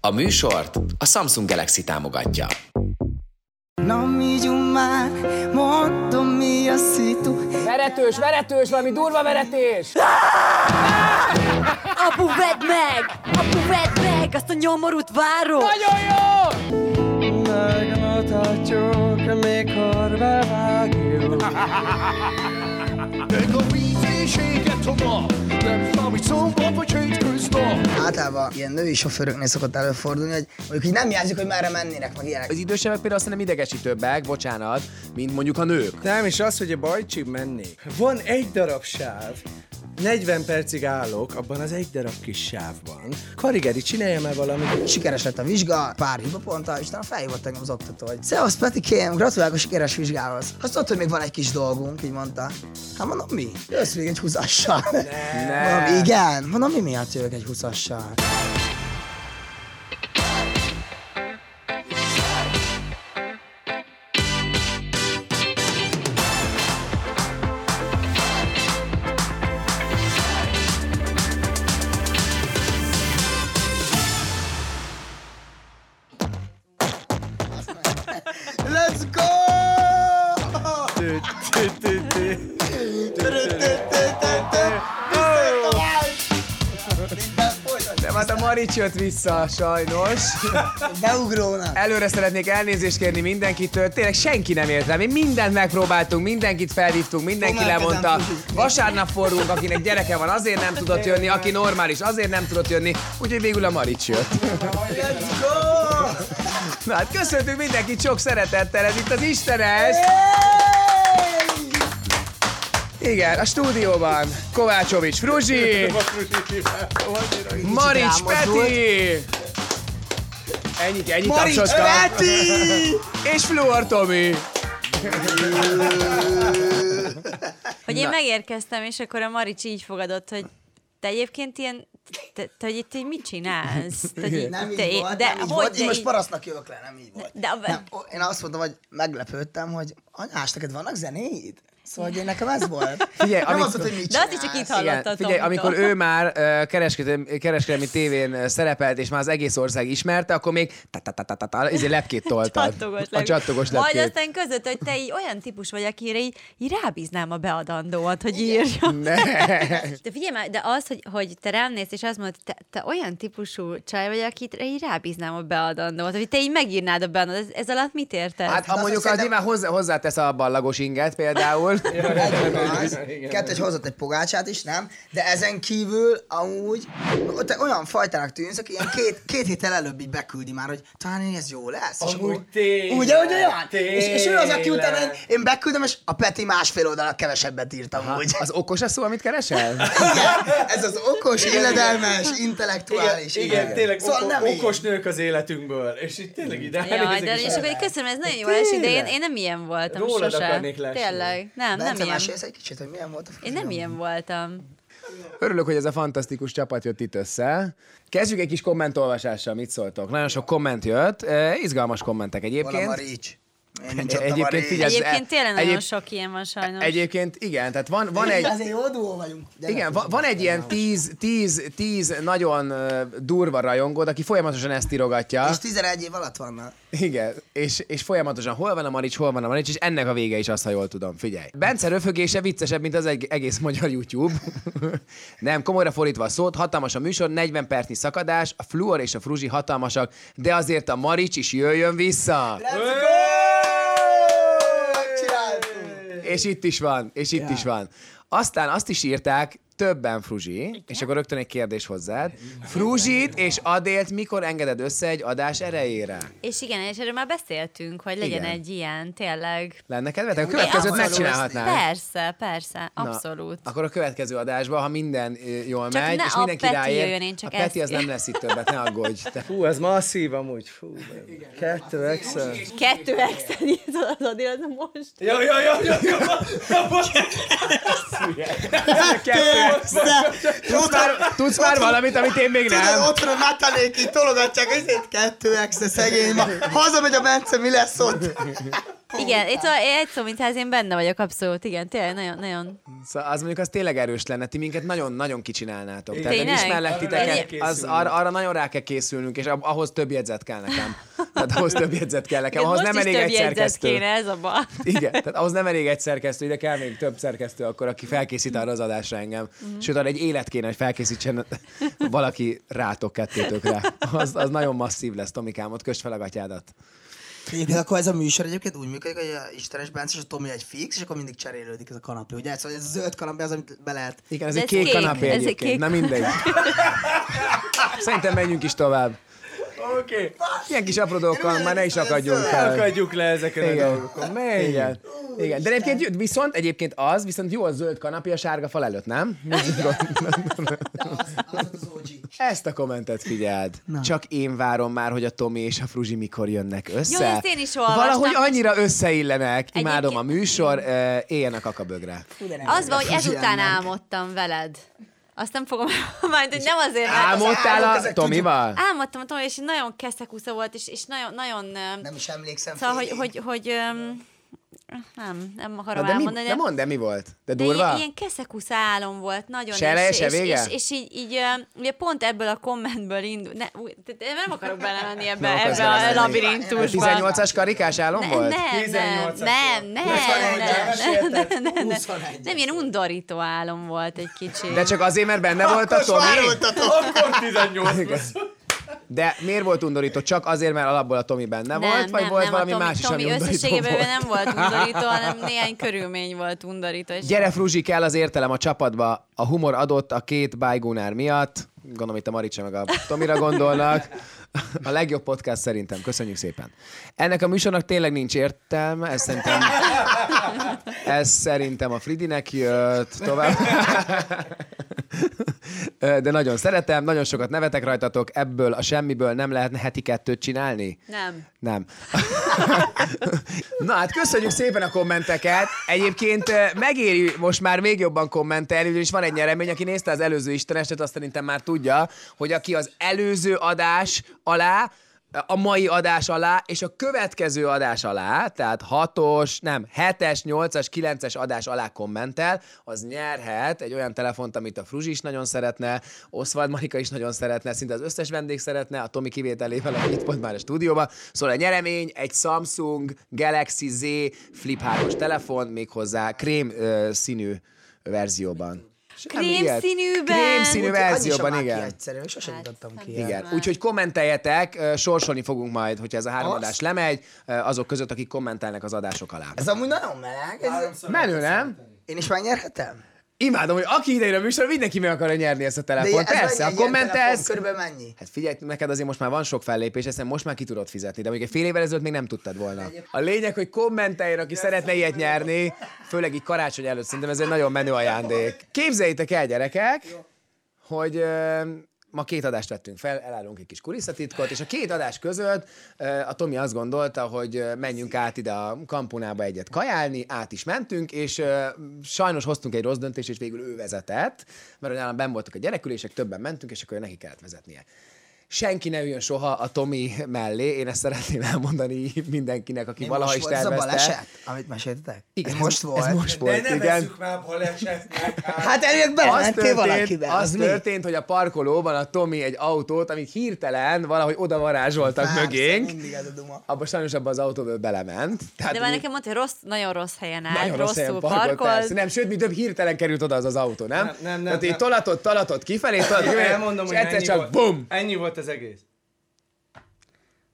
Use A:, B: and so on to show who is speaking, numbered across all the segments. A: A műsort a Samsung Galaxy támogatja.
B: Nem ígyunk már, mondom mi a szitu
C: Veretős, veretős, valami durva veretés!
D: Apu, vedd meg! Apu, vedd meg! Azt a nyomorút várom!
C: Nagyon jó!
B: Megadhatjuk, amikor bevágjuk
E: Meg a vízéséget hova Nem számít szóba vagy hétköznap
B: Általában ilyen női sofőröknél szokott előfordulni, hogy mondjuk így nem jelzik, hogy merre mennének, meg ilyenek
C: Az idősebbek például szerintem idegesítőbbek, bocsánat, mint mondjuk a nők.
F: Nem, és az, hogy a bajcsig mennék. Van egy darab sáv, 40 percig állok abban az egy darab kis sávban. Karigeri, csinálja már valamit.
B: Sikeres lett a vizsga, pár hiba ponttal, és utána felhívott engem az oktató, hogy Szevasz Petikém, gratulálok a sikeres vizsgához. Azt tudod, hogy még van egy kis dolgunk, így mondta. Hát mondom, mi? Jössz még egy húzassal. Mondom, igen. Mondom, mi miatt jövök egy húzassal? Let's go!
C: Nem, hát a Marics jött vissza, sajnos.
B: Beugrónak.
C: Előre szeretnék elnézést kérni mindenkitől. Tényleg senki nem ért rá. Mi mindent megpróbáltunk, mindenkit felhívtunk, mindenki
B: Fogalmazom,
C: lemondta.
B: tudjuk.
C: Vasárnap forrunk, akinek gyereke van, azért nem tudott jönni, aki normális, azért nem tudott jönni. Úgyhogy végül a Marics jött. Na hát köszöntünk mindenkit sok szeretettel, ez itt az Istenes! Igen, a stúdióban Kovácsovics Fruzsi, Marics Peti, ennyi, ennyi
B: Marics
C: tapsocska,
B: Peti!
C: és Fluor Tomi.
D: Hogy én megérkeztem, és akkor a Marics így fogadott, hogy te egyébként ilyen... Te, te hogy itt így mit csinálsz? Te, hogy
B: Nem így
D: te,
B: volt,
D: de
B: nem így
D: hogy,
B: volt.
D: de
B: Én most
D: így-
B: parasztnak jövök le, nem így volt.
D: De a-
B: nem, ó, én azt mondtam, hogy meglepődtem, hogy anyás, neked vannak zenéid? Szóval hogy én nekem ez volt.
C: Figyelj,
B: nem
C: amit-
B: azt mondta, hogy mit
D: De azt is csak
B: csinálsz.
D: itt hallottad.
C: figyelj, amikor ő már ö, kereskedő- kereskedelmi tévén ö, szerepelt, és már az egész ország ismerte, akkor még ta-ta-ta-ta-ta, ezért izé lepkét toltad.
D: Csattogos
C: A csattogos
D: Majd
C: lepkét.
D: aztán között, hogy te így olyan típus vagy, akire így, így rábíznám a beadandóat, hogy írja.
C: Ne.
D: De figyelj már, de az, hogy, hogy te rám nézsz, és azt mondod, te, te olyan típusú csaj vagy, akire így rábíznám a beadandómat, hogy te így megírnád a beadandót, ez, ez alatt mit érted?
C: Hát ha
B: azt
C: mondjuk az
B: szerintem-
C: nyilván hozzá, hozzátesz a ballagos inget például.
B: Az, kettő, hogy hozott egy pogácsát is, nem? De ezen kívül amúgy te olyan fajtának tűnsz, aki ilyen két, két héttel előbb így beküldi már, hogy talán én ez jó lesz. És
F: Amúgy
B: akkor-
F: tényleg,
B: Ugye, hogy olyan? És, és ő az, aki
F: tényleg. Hát,
B: utána én beküldöm, és a Peti másfél oldalak kevesebbet írtam úgy.
C: Az okos a szó, amit keresel?
B: Igen, ez az okos, illedelmes, intellektuális.
F: Igen, igen, tényleg
B: Szóval nem
F: oko-
B: én.
F: okos nők az életünkből. És itt tényleg ide
D: Jaj, de és akkor köszönöm, ez nagyon jó esik, de én, én nem ilyen voltam
F: Rólad
D: sose.
F: akarnék lesni.
D: Tényleg, nem, nem
B: Bence,
D: ilyen.
B: mesélsz egy kicsit, hogy milyen volt a
D: Én
B: frizura?
D: nem ilyen voltam.
C: Örülök, hogy ez a fantasztikus csapat jött itt össze. Kezdjük egy kis kommentolvasással, mit szóltok? Nagyon sok komment jött, eh, izgalmas kommentek
B: Valam a
C: egyébként.
B: rics. Én nincs ott a
C: Egyébként
B: Marics.
C: figyelj, Ez- e-
D: Egyébként tényleg nagyon
C: egyéb-
D: sok ilyen van sajnos.
C: Egyébként igen, tehát van, van egy...
B: Azért jó duó vagyunk. Gyere,
C: Igen,
B: figyelj.
C: van, van egy ilyen tíz, tíz, tíz nagyon ö, durva rajongód, aki folyamatosan ezt írogatja.
B: És 11 év alatt vannak.
C: Igen, és, és folyamatosan hol van a Marics, hol van a Marics, és ennek a vége is az, ha jól tudom, figyelj. Bence röfögése viccesebb, mint az egy, egész magyar YouTube. Nem, komolyra fordítva a szót, hatalmas a műsor, 40 percnyi szakadás, a Fluor és a Fruzsi hatalmasak, de azért a Marics is jöjjön vissza.
B: Megcsináltunk.
C: És itt is van, és itt is van. Aztán azt is írták, többen Fruzsi, és akkor rögtön egy kérdés hozzád. Fruzsit és Adélt mikor engeded össze egy adás erejére?
D: És igen, és erről már beszéltünk, hogy legyen
C: Igen.
D: egy ilyen, tényleg.
C: Lenne kedvetek? A következőt
B: abszolút.
C: megcsinálhatnánk.
D: Persze, persze, abszolút.
C: Akkor a következő adásban, ha minden ö, jól
D: Csak
C: megy,
D: ne
C: és
D: a
C: mindenki
D: Peti
C: ráér,
D: jöjjön, én csak
C: a Peti
D: ezt-
C: az nem lesz itt többet, ne aggódj. Te.
F: Fú, ez masszív amúgy. Fú, kettő exel.
D: Kettő exen írtad az Adél, de most.
F: Jaj, jaj, jaj, jaj, jaj,
C: Tudsz már, tudsz már valamit, amit én még
B: Tudod,
C: nem?
B: otthon a Natalék így tologatják, ezért kettő exe szegény ma. Hazamegy a Bence, mi lesz ott?
D: Igen, itt a, egy szó, mint ház, én benne vagyok abszolút, igen, tényleg nagyon, nagyon.
C: Szóval az mondjuk az tényleg erős lenne, ti minket nagyon-nagyon kicsinálnátok. Tehát nem
D: Tényleg?
C: ismerlek
D: Arra rá
C: titeket,
F: kell
C: az, arra, arra nagyon rá kell készülnünk, és ab- ahhoz több jegyzet kell nekem. Tehát ahhoz több jegyzet kell nekem, ahhoz
D: most
C: nem
D: is
C: elég
D: több
C: egy
D: jegyzet
C: szerkesztő.
D: kéne, ez a baj.
C: Igen, tehát ahhoz nem elég egy szerkesztő, ide kell még több szerkesztő akkor, aki felkészít arra az adásra engem.
D: Mhm.
C: Sőt, arra egy élet kéne, hogy felkészítsen valaki rátok kettőtökre. Az, az nagyon masszív lesz, Tomikám, ott kösd fel a gatyádat.
B: Egyébként akkor ez a műsor egyébként úgy működik, hogy a Istenes Bence és a Tomi egy fix, és akkor mindig cserélődik ez a kanapé, ugye? Szóval ez a zöld kanapé az, amit be lehet.
C: Igen, ez
D: De
C: egy
D: ez
C: kék,
D: kék,
C: kanapé
D: ez egy
C: egyébként,
D: kék-
C: na mindegy. Szerintem menjünk is tovább.
F: Oké. Okay.
C: Ilyen kis apró dolgokkal már ne is akadjunk fel.
F: Akadjuk le ezeken Igen. a
C: Igen.
F: dolgokon. Menj!
C: Igen. Igen. De egyébként, jó- viszont, egyébként az, viszont jó a zöld kanapé a sárga fal előtt, nem? Ezt a kommentet figyeld. Na. Csak én várom már, hogy a Tomi és a Fruzsi mikor jönnek össze.
D: Jó, ezt én is olvastam.
C: Valahogy annyira összeillenek. Imádom a
D: Egyébként-
C: műsor, eh, éljen a kakabögre.
D: Az van, hogy ezután
B: Zsiánnak. álmodtam
D: álmodtam veled. Azt nem fogom, majd, hogy nem azért, mert...
C: Álmodtál
B: álmok,
C: a
B: ezek
C: Tomival?
D: Álmodtam, tudom, és nagyon keszekusza volt, és, és nagyon, nagyon... öm,
B: Nem is emlékszem.
D: Szóval, hogy,
B: félig.
D: hogy, hogy öm, nem, nem
C: Na,
D: akarom
C: de, mi,
D: elmondani.
C: de mondd, de mi volt? De
D: de
C: durva?
D: ilyen, ilyen keszekusza álom volt, nagyon.
C: Se eleje, se
D: és,
C: vége?
D: és, és, és, így, így öm, ugye pont ebből a kommentből indul. Ne, ú, de- de nem akarok belemenni ebbe,
C: Nem akarsz
D: ebbe a
C: belemenni. A
D: labirintusba.
C: 18-as karikás álom
D: Ne-
C: volt?
D: Nem, nem,
F: 18-as
D: nem, nem, nem, nem, nem, nem, nem, nem, ilyen undorító álom volt egy kicsit.
C: De csak azért, mert benne volt a Tomi?
F: Akkor 18 plusz.
C: De miért volt undorító? Csak azért, mert alapból a Tomi benne volt, vagy volt
D: a
C: valami
D: Tomi,
C: más is,
D: Tomi
C: ami undorító
D: összességében
C: volt?
D: nem volt undorító, hanem néhány körülmény volt undorító. És
C: Gyere, Fruzsi, kell az értelem a csapatba. A humor adott a két bájgónár miatt. Gondolom itt a Maricsa meg a Tomira gondolnak. A legjobb podcast szerintem. Köszönjük szépen. Ennek a műsornak tényleg nincs értelme. Ez szerintem, ez szerintem a Fridinek jött tovább. De nagyon szeretem, nagyon sokat nevetek rajtatok. Ebből a semmiből nem lehetne heti kettőt csinálni?
D: Nem.
C: Nem. Na hát köszönjük szépen a kommenteket. Egyébként eh, megéri most már még jobban kommentelni, ugyanis van egy nyeremény, aki nézte az előző Istenestet, azt szerintem már tudja, hogy aki az előző adás alá a mai adás alá, és a következő adás alá, tehát 6-os, nem, 7-es, 8-as, 9-es adás alá kommentel, az nyerhet egy olyan telefont, amit a Fruzsi is nagyon szeretne, Oswald Marika is nagyon szeretne, szinte az összes vendég szeretne, a Tomi kivételével, aki itt pont már a stúdióban. Szóval a nyeremény egy Samsung Galaxy Z Flip 3-os telefon, méghozzá krém ö, színű verzióban. Semmi
D: Krém
C: ilyet.
D: színűben?
C: Krém
B: Úgy,
C: színű
B: hogy annyi sem
C: verzióban,
B: áll ki
C: igen.
B: Egyszerűen, sosem
D: Hát,
B: jutottam ki. erre.
C: Igen, úgyhogy kommenteljetek, ö, sorsolni fogunk majd, hogyha ez a három
B: Azt.
C: adás lemegy, ö, azok között, akik kommentelnek az adások alá.
B: Ez amúgy nagyon meleg. Ez...
C: Menő, nem?
B: Én is megnyerhetem?
C: Hát, Imádom, hogy aki idejön a műsor, mindenki meg akarja nyerni ezt a telefont.
B: ez
C: Persze,
B: mennyi
C: ha
B: egy ilyen telefon?
C: kommentelsz...
B: Körülbelül mennyi?
C: Hát figyelj, neked azért most már van sok fellépés, ezt most már ki tudod fizetni, de még egy fél évvel ezelőtt még nem tudtad volna. A lényeg, hogy kommenteljen, aki szeretne ilyet nyerni, főleg így karácsony előtt, szerintem ez egy nagyon menő ajándék. Képzeljétek el, gyerekek, hogy ö, ma két adást vettünk fel, elállunk egy kis kulisszatitkot, és a két adás között ö, a Tomi azt gondolta, hogy ö, menjünk át ide a kampunába egyet kajálni, át is mentünk, és ö, sajnos hoztunk egy rossz döntést, és végül ő vezetett, mert olyan ben voltak a gyerekülések, többen mentünk, és akkor neki kellett vezetnie. Senki ne üljön soha a Tomi mellé, én ezt szeretném elmondani mindenkinek, aki
B: Mi
C: valaha
B: most
C: is
B: volt ez a
C: tervezte.
B: baleset, amit meséltetek?
C: Igen,
B: ez most volt.
C: Ez most
F: De
C: volt,
F: ne
C: igen.
F: veszük már balesetnek. hát.
B: Hát előbb belementél valakivel.
C: az történt, hogy a parkolóban a Tomi egy autót, amit hirtelen valahogy oda varázsoltak
B: Persze,
C: mögénk,
B: Mindig ez a duma.
C: abban sajnos abban az autóból belement. Tehát
D: De
C: Hát
D: már
C: mi-
D: nekem mondta, hogy rossz, nagyon rossz helyen állt,
C: nagyon rossz helyen
D: rosszul
C: parkolt, persze.
D: parkolt.
C: Nem, sőt, mi több hirtelen került oda az az autó, nem?
F: Nem, nem, nem,
C: Tehát így
F: nem.
C: tolatott, tolatott kifelé, tolatott kifelé,
F: Elmondom,
C: és
F: hogy
C: egyszer
F: ennyi
C: csak
F: volt.
C: bum!
F: Ennyi volt az egész.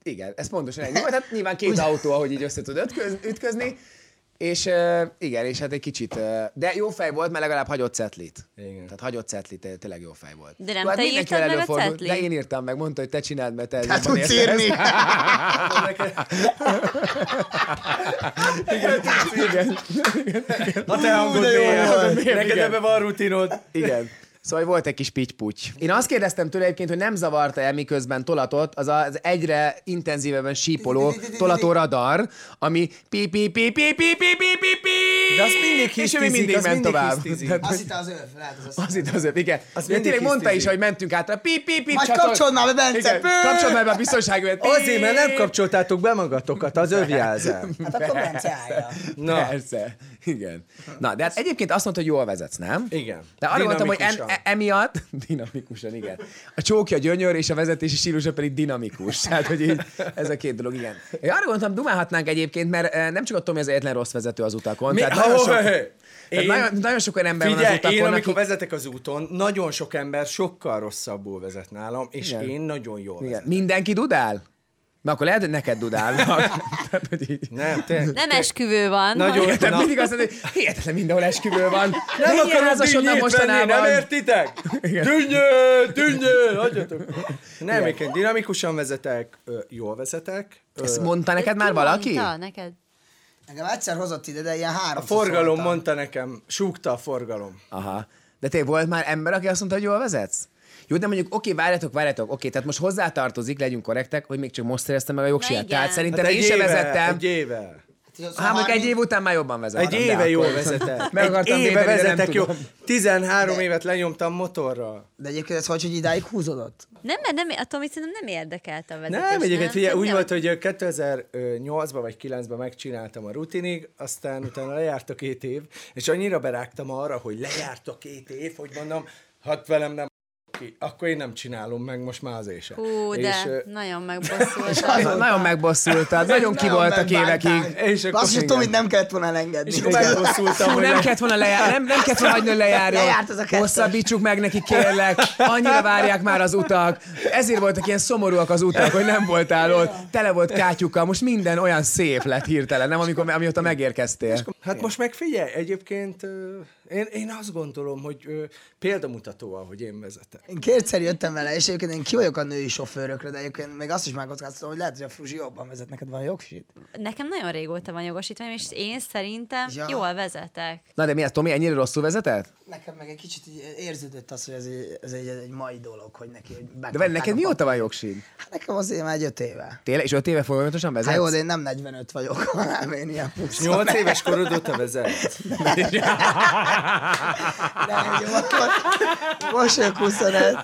C: Igen, ez pontosan ennyi volt. Hát nyilván két autó, ahogy így össze tud ütköz, ütközni. És uh, igen, és hát egy kicsit, uh, de jó fej volt, mert legalább hagyott cetlit.
F: Igen.
C: Tehát hagyott cetlit, té- tényleg jó fej volt.
D: De nem
C: Jó,
D: te
C: mindenkivel
D: írtad meg a
C: előfordul,
D: cetlit?
C: Hát De én írtam meg, mondta, hogy te csináld, mert te
B: Hát
C: jobban
B: tudsz
C: érted ezt.
B: írni.
C: Igen.
F: A te hangod
C: jó
F: mélyebb.
C: volt.
F: Neked
C: Igen.
F: ebben van rutinod.
C: Igen. Szóval volt egy kis pitty-puty. Én azt kérdeztem tőle egyébként, hogy nem zavarta el, miközben tolatott, az az egyre intenzívebben sípoló tolató radar, ami pi pi pi pi pi pi pi pi pi
F: De azt
C: és
F: mindig
C: ő
F: hisztizik,
C: mindig
F: az
C: ment
F: mindig
C: tovább.
F: hisztizik.
C: Tehát
B: Azt itt az öv, lehet az
C: Az itt az öv, igen.
F: Azt
C: De
F: mindig
C: tényleg mondta is,
F: hisztizik.
C: hogy mentünk át a pi pi pi
B: Majd kapcsold már be, Bence!
C: Igen,
B: Pü!
C: Kapcsold már be a biztonságot.
F: Azért, mert nem kapcsoltátok be magatokat az övjelzem.
B: Hát akkor Bence állja.
C: Na.
F: Na.
C: Persze, igen. Na, de hát egyébként azt mondta, hogy jól vezetsz, nem?
F: Igen.
C: De arra mondtam, hogy en,
F: Dinamikusan.
C: e, emiatt, dinamikusan, igen. A csókja gyönyör, és a vezetési stílusa pedig dinamikus. Tehát, hogy így, ez a két dolog, igen. Én arra gondoltam, dumálhatnánk egyébként, mert eh, nem csak a Tomi az egyetlen rossz vezető az utakon.
F: Mi?
C: Tehát nagyon,
F: Ho,
C: sok,
F: ho, ho.
C: tehát
F: Én-
C: nagyon, nagyon sok olyan ember van
F: Figyelj,
C: az utakon,
F: én amikor
C: akik-
F: vezetek az úton, nagyon sok ember sokkal rosszabbul vezet nálam, és
C: Igen.
F: én nagyon jól
C: Igen.
F: vezetek.
C: Mindenki dudál? Na akkor lehet, hogy neked dudálnak. Tehát, hogy így.
F: Nem, tényleg.
D: Nem esküvő van.
F: Nagyon-
D: hanem-
C: Te
F: Na.
C: mindig azt mondod, hogy hihetetlen mindenhol esküvő van.
F: Nem
C: Milyen
F: akarom
C: házasodnak
F: dünnyét venni,
C: mostanában?
F: nem értitek?
C: Igen.
F: Dünnyő, dünnyő, hagyjatok. Nem, igen, dinamikusan vezetek, ö, jól vezetek. ö,
C: Ezt mondta neked már
D: Ki
C: valaki?
D: mondta neked?
B: Engem egyszer hozott ide, de ilyen három.
F: A forgalom mondta nekem, súgta a forgalom.
C: Aha. De te volt már ember, aki azt mondta, hogy jól vezetsz? Jó, de mondjuk, oké, várjatok, várjatok, oké, tehát most hozzátartozik, legyünk korrektek, hogy még csak most szereztem meg a jogsiát.
D: igen.
C: Tehát szerintem
F: Hát
C: én sem
F: éve,
C: vezettem.
F: Egy éve.
C: Hát mondjuk egy év után már jobban vezetem.
F: Egy
C: de
F: éve
C: akkor-
F: jól vezetek.
C: Meg
F: Egy
C: akartam
F: éve
C: védeni, de nem
F: vezetek jó.
C: tudom.
F: 13 évet lenyomtam motorral.
B: De egyébként ez hogy, hogy idáig húzódott?
D: Nem, mert nem, a Tomi szerintem nem érdekelt a vezetés.
F: Nem, egyébként figyelj,
D: Tehát
F: úgy
D: nem-
F: volt, hogy 2008-ban vagy 2009-ben megcsináltam a rutinig, aztán utána lejárt a két év, és annyira berágtam arra, hogy lejárt a két év, hogy mondom, hát velem nem ki, akkor én nem csinálom meg most már azért sem.
D: Hú, de
F: És, ö,
D: nagyon megbosszultam.
C: Na- Nagyon megbosszultad, nagyon ki voltak évekig.
F: és akkor
B: Azt, hogy
F: igen.
B: Tomit nem kellett volna elengedni.
F: És akkor megbosszultam,
C: Hú,
F: hogy
C: nem kellett volna lejárni, nem, nem kellett volna hagyni, hogy lejárjon.
B: Lejárt az a kettes.
C: Hosszabbítsuk meg neki, kérlek. Annyira várják már az utak. Ezért voltak ilyen szomorúak az utak, hogy nem voltál ott. Tele volt kátyukkal. Most minden olyan szép lett hirtelen, nem amikor, amióta megérkeztél.
F: Hát most meg figyelj, egyébként ö, én, én azt gondolom, hogy ö, példamutató, ahogy én vezetek.
B: Én kétszer jöttem vele, és egyébként én ki vagyok a női sofőrökre, de egyébként még azt is megkockáztatom, hogy lehet, hogy a Fruzsi jobban vezet neked van jogsit.
D: Nekem nagyon régóta van jogosítványom, és én szerintem
B: Ja.
D: ja. jól vezetek.
C: Na de mi ez, Tomi, ennyire rosszul vezetett?
B: Nekem meg egy kicsit így érződött az, hogy ez egy, ez egy, egy mai dolog, hogy neki, hogy
C: De várj, neked mióta van jogsid?
B: Hát nekem azért már egy öt éve.
C: Tényleg? És öt éve folyamatosan
B: Hát
C: vezetsz?
B: jó, de én nem 45 vagyok, hanem én ilyen 20.
F: Nyolc éves korod óta vezet.
B: Nem, jó, akkor most vagyok 25.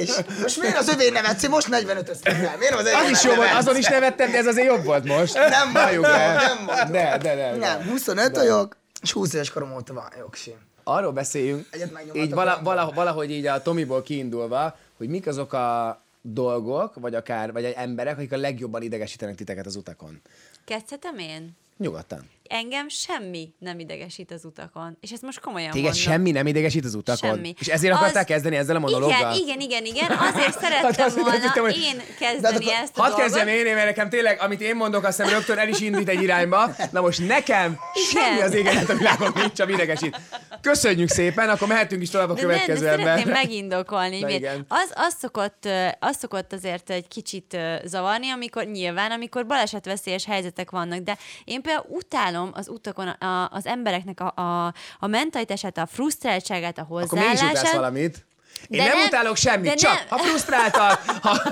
B: És most miért az övé nevetsz? Most 45 eztem. Miért az övé
C: Az is jó volt, azon is nevettem, de ez azért jobb volt most.
B: Nem
C: Valljuk
B: mondom,
C: be.
B: nem mondom.
C: De, de, de. de.
B: Nem, 25 vagyok, és 20 éves korom óta van jogsim.
C: arról beszéljünk,
B: Egyet megnyomatok
C: így vala,
B: rendben.
C: vala, valahogy így a Tomiból kiindulva, hogy mik azok a dolgok, vagy akár, vagy emberek, akik a legjobban idegesítenek titeket az utakon.
D: Kezdhetem én?
C: Nyugodtan.
D: Engem semmi nem idegesít az utakon. És ezt most komolyan
C: Téged
D: mondom.
C: semmi nem idegesít az utakon?
D: Semmi.
C: És ezért akartál kezdeni ezzel a monológgal?
D: Igen, igen, igen, igen. Azért
C: Hát
D: szerettem
C: azt-
D: volna
C: azt hittem, hogy-
D: én
B: De hát
D: kezdeni
B: akkor-
D: ezt a
C: Hadd
D: dolgot.
C: kezdjem én, én, mert nekem tényleg, amit én mondok, azt hiszem rögtön el is indít egy irányba. Na most nekem
D: Igen.
C: semmi az égenet a világon nincs, ami idegesít. Köszönjük szépen, akkor mehetünk is tovább a
D: De
C: következő
D: nem, de
C: ember.
D: szeretném megindokolni.
C: Na
D: Na,
C: igen.
D: az, az, szokott, ö, az szokott azért egy kicsit ö, zavarni, amikor nyilván, amikor balesetveszélyes helyzetek vannak, de én például utálom az utakon a, az embereknek a, a, a mentalitását, a frusztráltságát, a
C: Akkor mégis utálsz
D: hozzáállását.
C: valamit. Én
D: De
C: nem,
D: nem-
C: utálok
D: de
C: semmit, csak
D: nem.
C: ha frusztráltak, ha...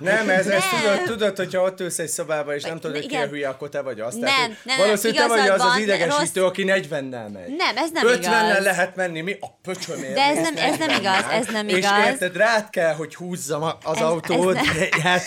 F: Nem, ez, ez
D: Nem.
F: tudod, tudod, hogyha ott ülsz egy szobába, és nem tudod, hogy ki a
D: igen.
F: hülye, akkor te vagy az.
D: Nem,
F: hogy
D: nem,
F: valószínűleg te vagy
D: igazad
F: az az
D: van,
F: idegesítő, aki 40-nel megy.
D: Nem, ez nem
F: 50-nel
D: igaz.
F: lehet menni, mi a pöcsömért.
D: De ez
F: mész
D: nem- ez nem
F: 40-nel?
D: igaz, ez nem
F: És
D: igaz.
F: érted, rád kell, hogy húzzam a- az
D: Ez-
F: autót
D: ez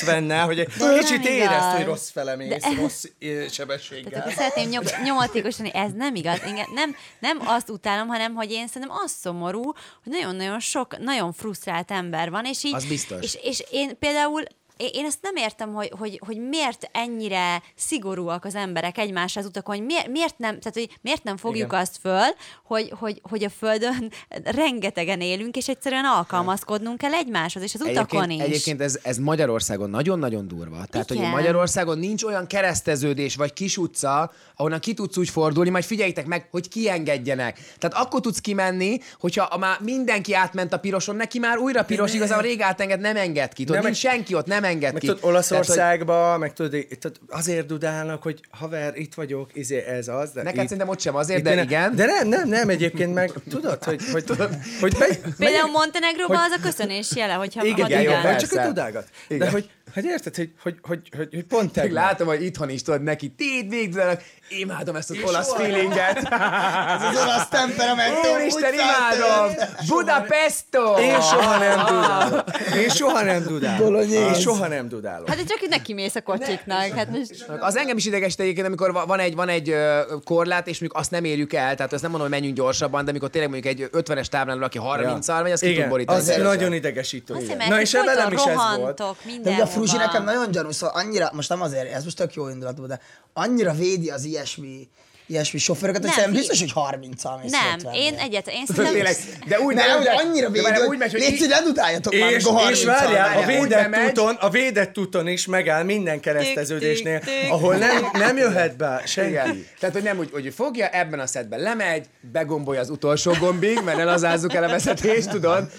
F: 70-nel, hogy egy
D: nem
F: kicsit
D: igaz.
F: érezd, hogy rossz fele mész,
D: De-
F: rossz eh,
D: Tehát
F: sebességgel.
D: akkor szeretném nyom- nyomatékosítani, ez nem igaz. Engem nem, nem azt utálom, hanem hogy én szerintem az szomorú, hogy nagyon-nagyon sok, nagyon frusztrált ember van, és így...
C: Az biztos.
D: És, és én például én- én ezt nem értem, hogy, hogy, hogy miért ennyire szigorúak az emberek egymásra az utakon, hogy miért, miért, nem, tehát, hogy miért nem fogjuk Igen. azt föl, hogy, hogy, hogy a Földön rengetegen élünk, és egyszerűen alkalmazkodnunk kell egymáshoz, és az utakon
C: egyébként,
D: is.
C: Egyébként ez, ez Magyarországon nagyon-nagyon durva. Tehát, hogy
D: Igen.
C: Magyarországon nincs olyan kereszteződés vagy kis utca, ahonnan ki tudsz úgy fordulni, majd figyeljétek meg, hogy kiengedjenek. Tehát akkor tudsz kimenni, hogyha a már mindenki átment a piroson, neki már újra piros, igazából rég átenged, nem enged ki. Tudod,
F: Nem
C: nincs senki ott, nem enged
F: Meg
C: ki.
F: tudod,
C: Tehát,
F: Olaszországba, meg tudod, í- tudod, azért dudálnak, hogy haver, itt vagyok, izé, ez az. De
C: Neked
F: itt,
C: szerintem ott sem azért,
F: itt
C: de
F: ne-
C: igen.
F: De nem, nem, nem, egyébként meg tudod, hogy... hogy, hogy megy,
D: Például
F: megy-
D: Montenegróban az a köszönés jele, hogyha
F: igen,
D: ha
F: igen, jó,
D: dudálnak.
F: mert
C: persze.
F: csak hogy tudálgat. De hogy, hogy érted, hogy, hogy, hogy, hogy, hogy pont
C: Még
F: tegnap.
C: látom, hogy itthon is tudod neki, téd végzelenek, imádom ezt az olasz
F: soha nem-
C: feelinget.
B: Az olasz temperamentum.
C: Úristen,
B: úgy szállt
C: imádom! Budapesto!
F: Én soha nem
C: Ah.
F: dudálok. Én soha nem dudálok.
B: Bolonyéz.
F: Én soha nem dudálok.
D: Hát de csak neki mész a kocsiknak. Hát most...
C: Az engem is idegesít egyébként, amikor va- van egy, van egy ö, korlát, és mondjuk azt nem érjük el, tehát azt nem mondom, hogy menjünk gyorsabban, de amikor tényleg mondjuk egy 50-es táblán, aki 30 al megy, azt ki tud
F: Igen,
C: borítani.
F: az
C: szerintem.
F: nagyon idegesítő.
D: Azt
F: igen.
D: hiszem,
F: Na
D: Na
F: és
D: folyton
F: velem is ez volt.
D: rohantok
B: De ugye
D: mindenhova.
B: a Fruzsi nekem nagyon gyanús, szóval annyira, most nem azért, ez most tök jó indulatú, de annyira védi az ilyesmi, ilyesmi sofőröket, hogy
D: Nem,
B: szerintem
D: fi-
B: biztos, hogy 30 al mész
D: Nem,
B: 70-nél.
D: én egyet, én
C: Szóval Tényleg,
D: szerintem...
C: de úgy
B: nem, de
C: megy-
B: annyira
C: de várjál,
B: védi,
C: úgy
B: hogy
C: megy, hogy
B: légy, hogy
C: így,
B: ne dudáljatok már,
F: És,
B: amikor 30
F: és várjál, a
C: várjál, úgy
F: védett
C: bemegy.
F: úton, a védett úton is megáll minden kereszteződésnél,
D: Tik, tik, tik.
F: ahol nem, nem jöhet be
C: igen.
F: senki.
C: Tehát, hogy nem úgy, hogy fogja, ebben a szedben lemegy, begombolja az utolsó gombig, mert elazázzuk el a vezetést, tudod,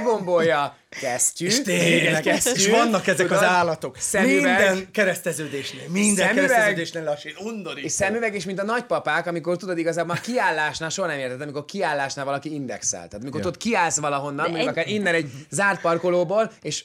C: begombolja, kesztyű,
F: És
C: még egy
F: tényleg,
C: kesztyű,
F: és vannak ezek
C: tudod,
F: az állatok.
C: Szemüveg,
F: Minden kereszteződésnél, minden
C: Szemüveg.
F: kereszteződésnél lassít, undorító.
C: És szemüveg is, mint a nagypapák, amikor tudod igazából már kiállásnál soha nem érted, amikor kiállásnál valaki indexel. Tehát amikor tudod, kiállsz valahonnan, mondjuk
D: egy-
C: akár innen egy zárt parkolóból, és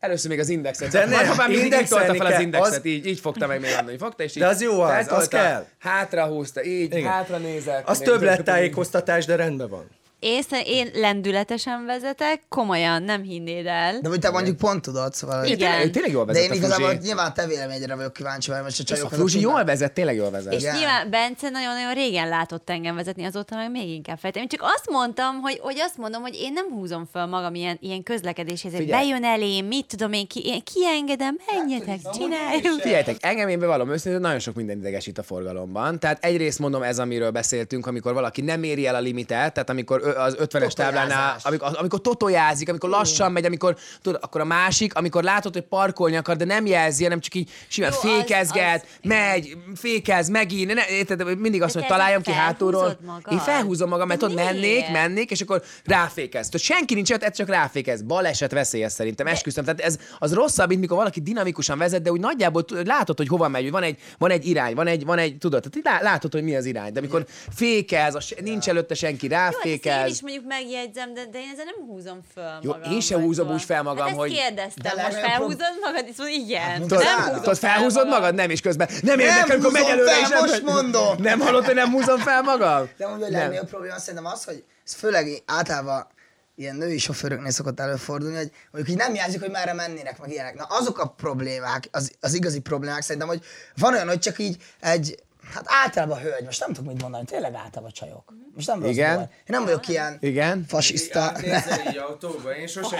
C: Először még az indexet.
F: De
C: De
F: nem,
C: nem, apám mindig így
F: indexelni
C: tolta fel az
F: kell,
C: indexet,
F: az-
C: így, így fogta meg még annól, így fogta, és így
F: De az jó az, az
C: feltolta,
F: kell.
C: Hátrahúzta, így,
F: Igen.
C: hátra nézett.
F: Az több lett tájékoztatás, de rendben van.
D: Én, szer- én lendületesen vezetek, komolyan, nem hinnéd el.
B: De hogy te mondjuk pont tudod, szóval...
D: Igen.
C: Ő tényleg jól
B: De
C: vezet
B: én
C: a
B: igazából
C: Fruzsi.
B: nyilván te véleményedre vagyok kíváncsi, mert most a
C: A
B: csajok... azok
C: Fruzsi jól
B: tudnak.
C: vezet, tényleg jól vezet.
D: És
B: Igen.
D: nyilván Bence nagyon-nagyon régen látott engem vezetni, azóta meg még inkább fejtem. Én csak azt mondtam, hogy, hogy azt mondom, hogy én nem húzom föl magam ilyen, ilyen közlekedéshez, hogy
C: Figyelj.
D: bejön elém, mit tudom én, ki, én kiengedem, menjetek, csináljuk.
C: Figyeljetek, engem én bevallom őszintén, nagyon sok minden idegesít a forgalomban. Tehát egyrészt mondom ez, amiről beszéltünk, amikor valaki nem éri el a limitet, tehát amikor ö- az 50-es táblánál,
B: Totojázás.
C: amikor, amikor totojázik, amikor lassan megy, amikor tudod, akkor a másik, amikor látod, hogy parkolni akar, de nem jelzi, hanem csak így simán
D: Jó, az-
C: fékezget,
D: az-
C: megy, fékez, megint, ne, érted, mindig azt
D: De
C: mondja,
D: te
C: találjam ki
D: ezzel
C: hátulról.
D: felhúzod magad?
C: Én felhúzom magam, mert
D: De
C: ott mennék,
D: miért?
C: mennék, és akkor ráfékez. Tudod, senki nincs ott, ez csak ráfékez. Baleset veszélyes szerintem, esküszöm. Tehát ez az rosszabb, mint mikor valaki dinamikusan vezet, de úgy nagyjából tud- látod, hogy hova megy, hogy van egy, van egy irány, van egy, van egy, tudod, tehát így lá- látod, hogy mi az irány. De amikor fékez, a, se- nincs előtte senki,
D: Jó, hát ezt én
C: ráfékez.
D: is mondjuk megjegyzem, de, de én ezzel nem húzom föl
C: Jó,
D: magam.
C: én se
D: vagy
C: húzom
D: szóval.
C: úgy fel magam,
D: hát ezt
C: hogy-
D: kérdeztem,
B: De
D: most
B: legalább- Hát,
D: felhúzod magad, és mondod, igen.
C: Tudod,
D: nem húzom
C: tudod,
D: fel
C: felhúzod
D: magam.
C: magad? Nem, és közben nem érdekel, amikor megy
B: húzom
C: előre,
B: fel,
C: és nem-
B: most mondom.
C: Nem hallott, hogy nem húzom fel magam?
B: De mondom, hogy a
C: Nem.
B: legnagyobb probléma szerintem az, hogy ez főleg általában ilyen női sofőröknél szokott előfordulni, hogy mondjuk így nem jelzik, hogy merre mennének, meg ilyenek. Na azok a problémák, az, az igazi problémák szerintem, hogy van olyan, hogy csak így egy, hát általában hölgy, most nem tudok mit mondani, tényleg általában csajok. Most nem rossz
C: Igen.
B: Én nem vagyok ilyen
C: Igen.
B: fasiszta.
F: Hát nézzel így autóba, én
D: Oh,
F: sose,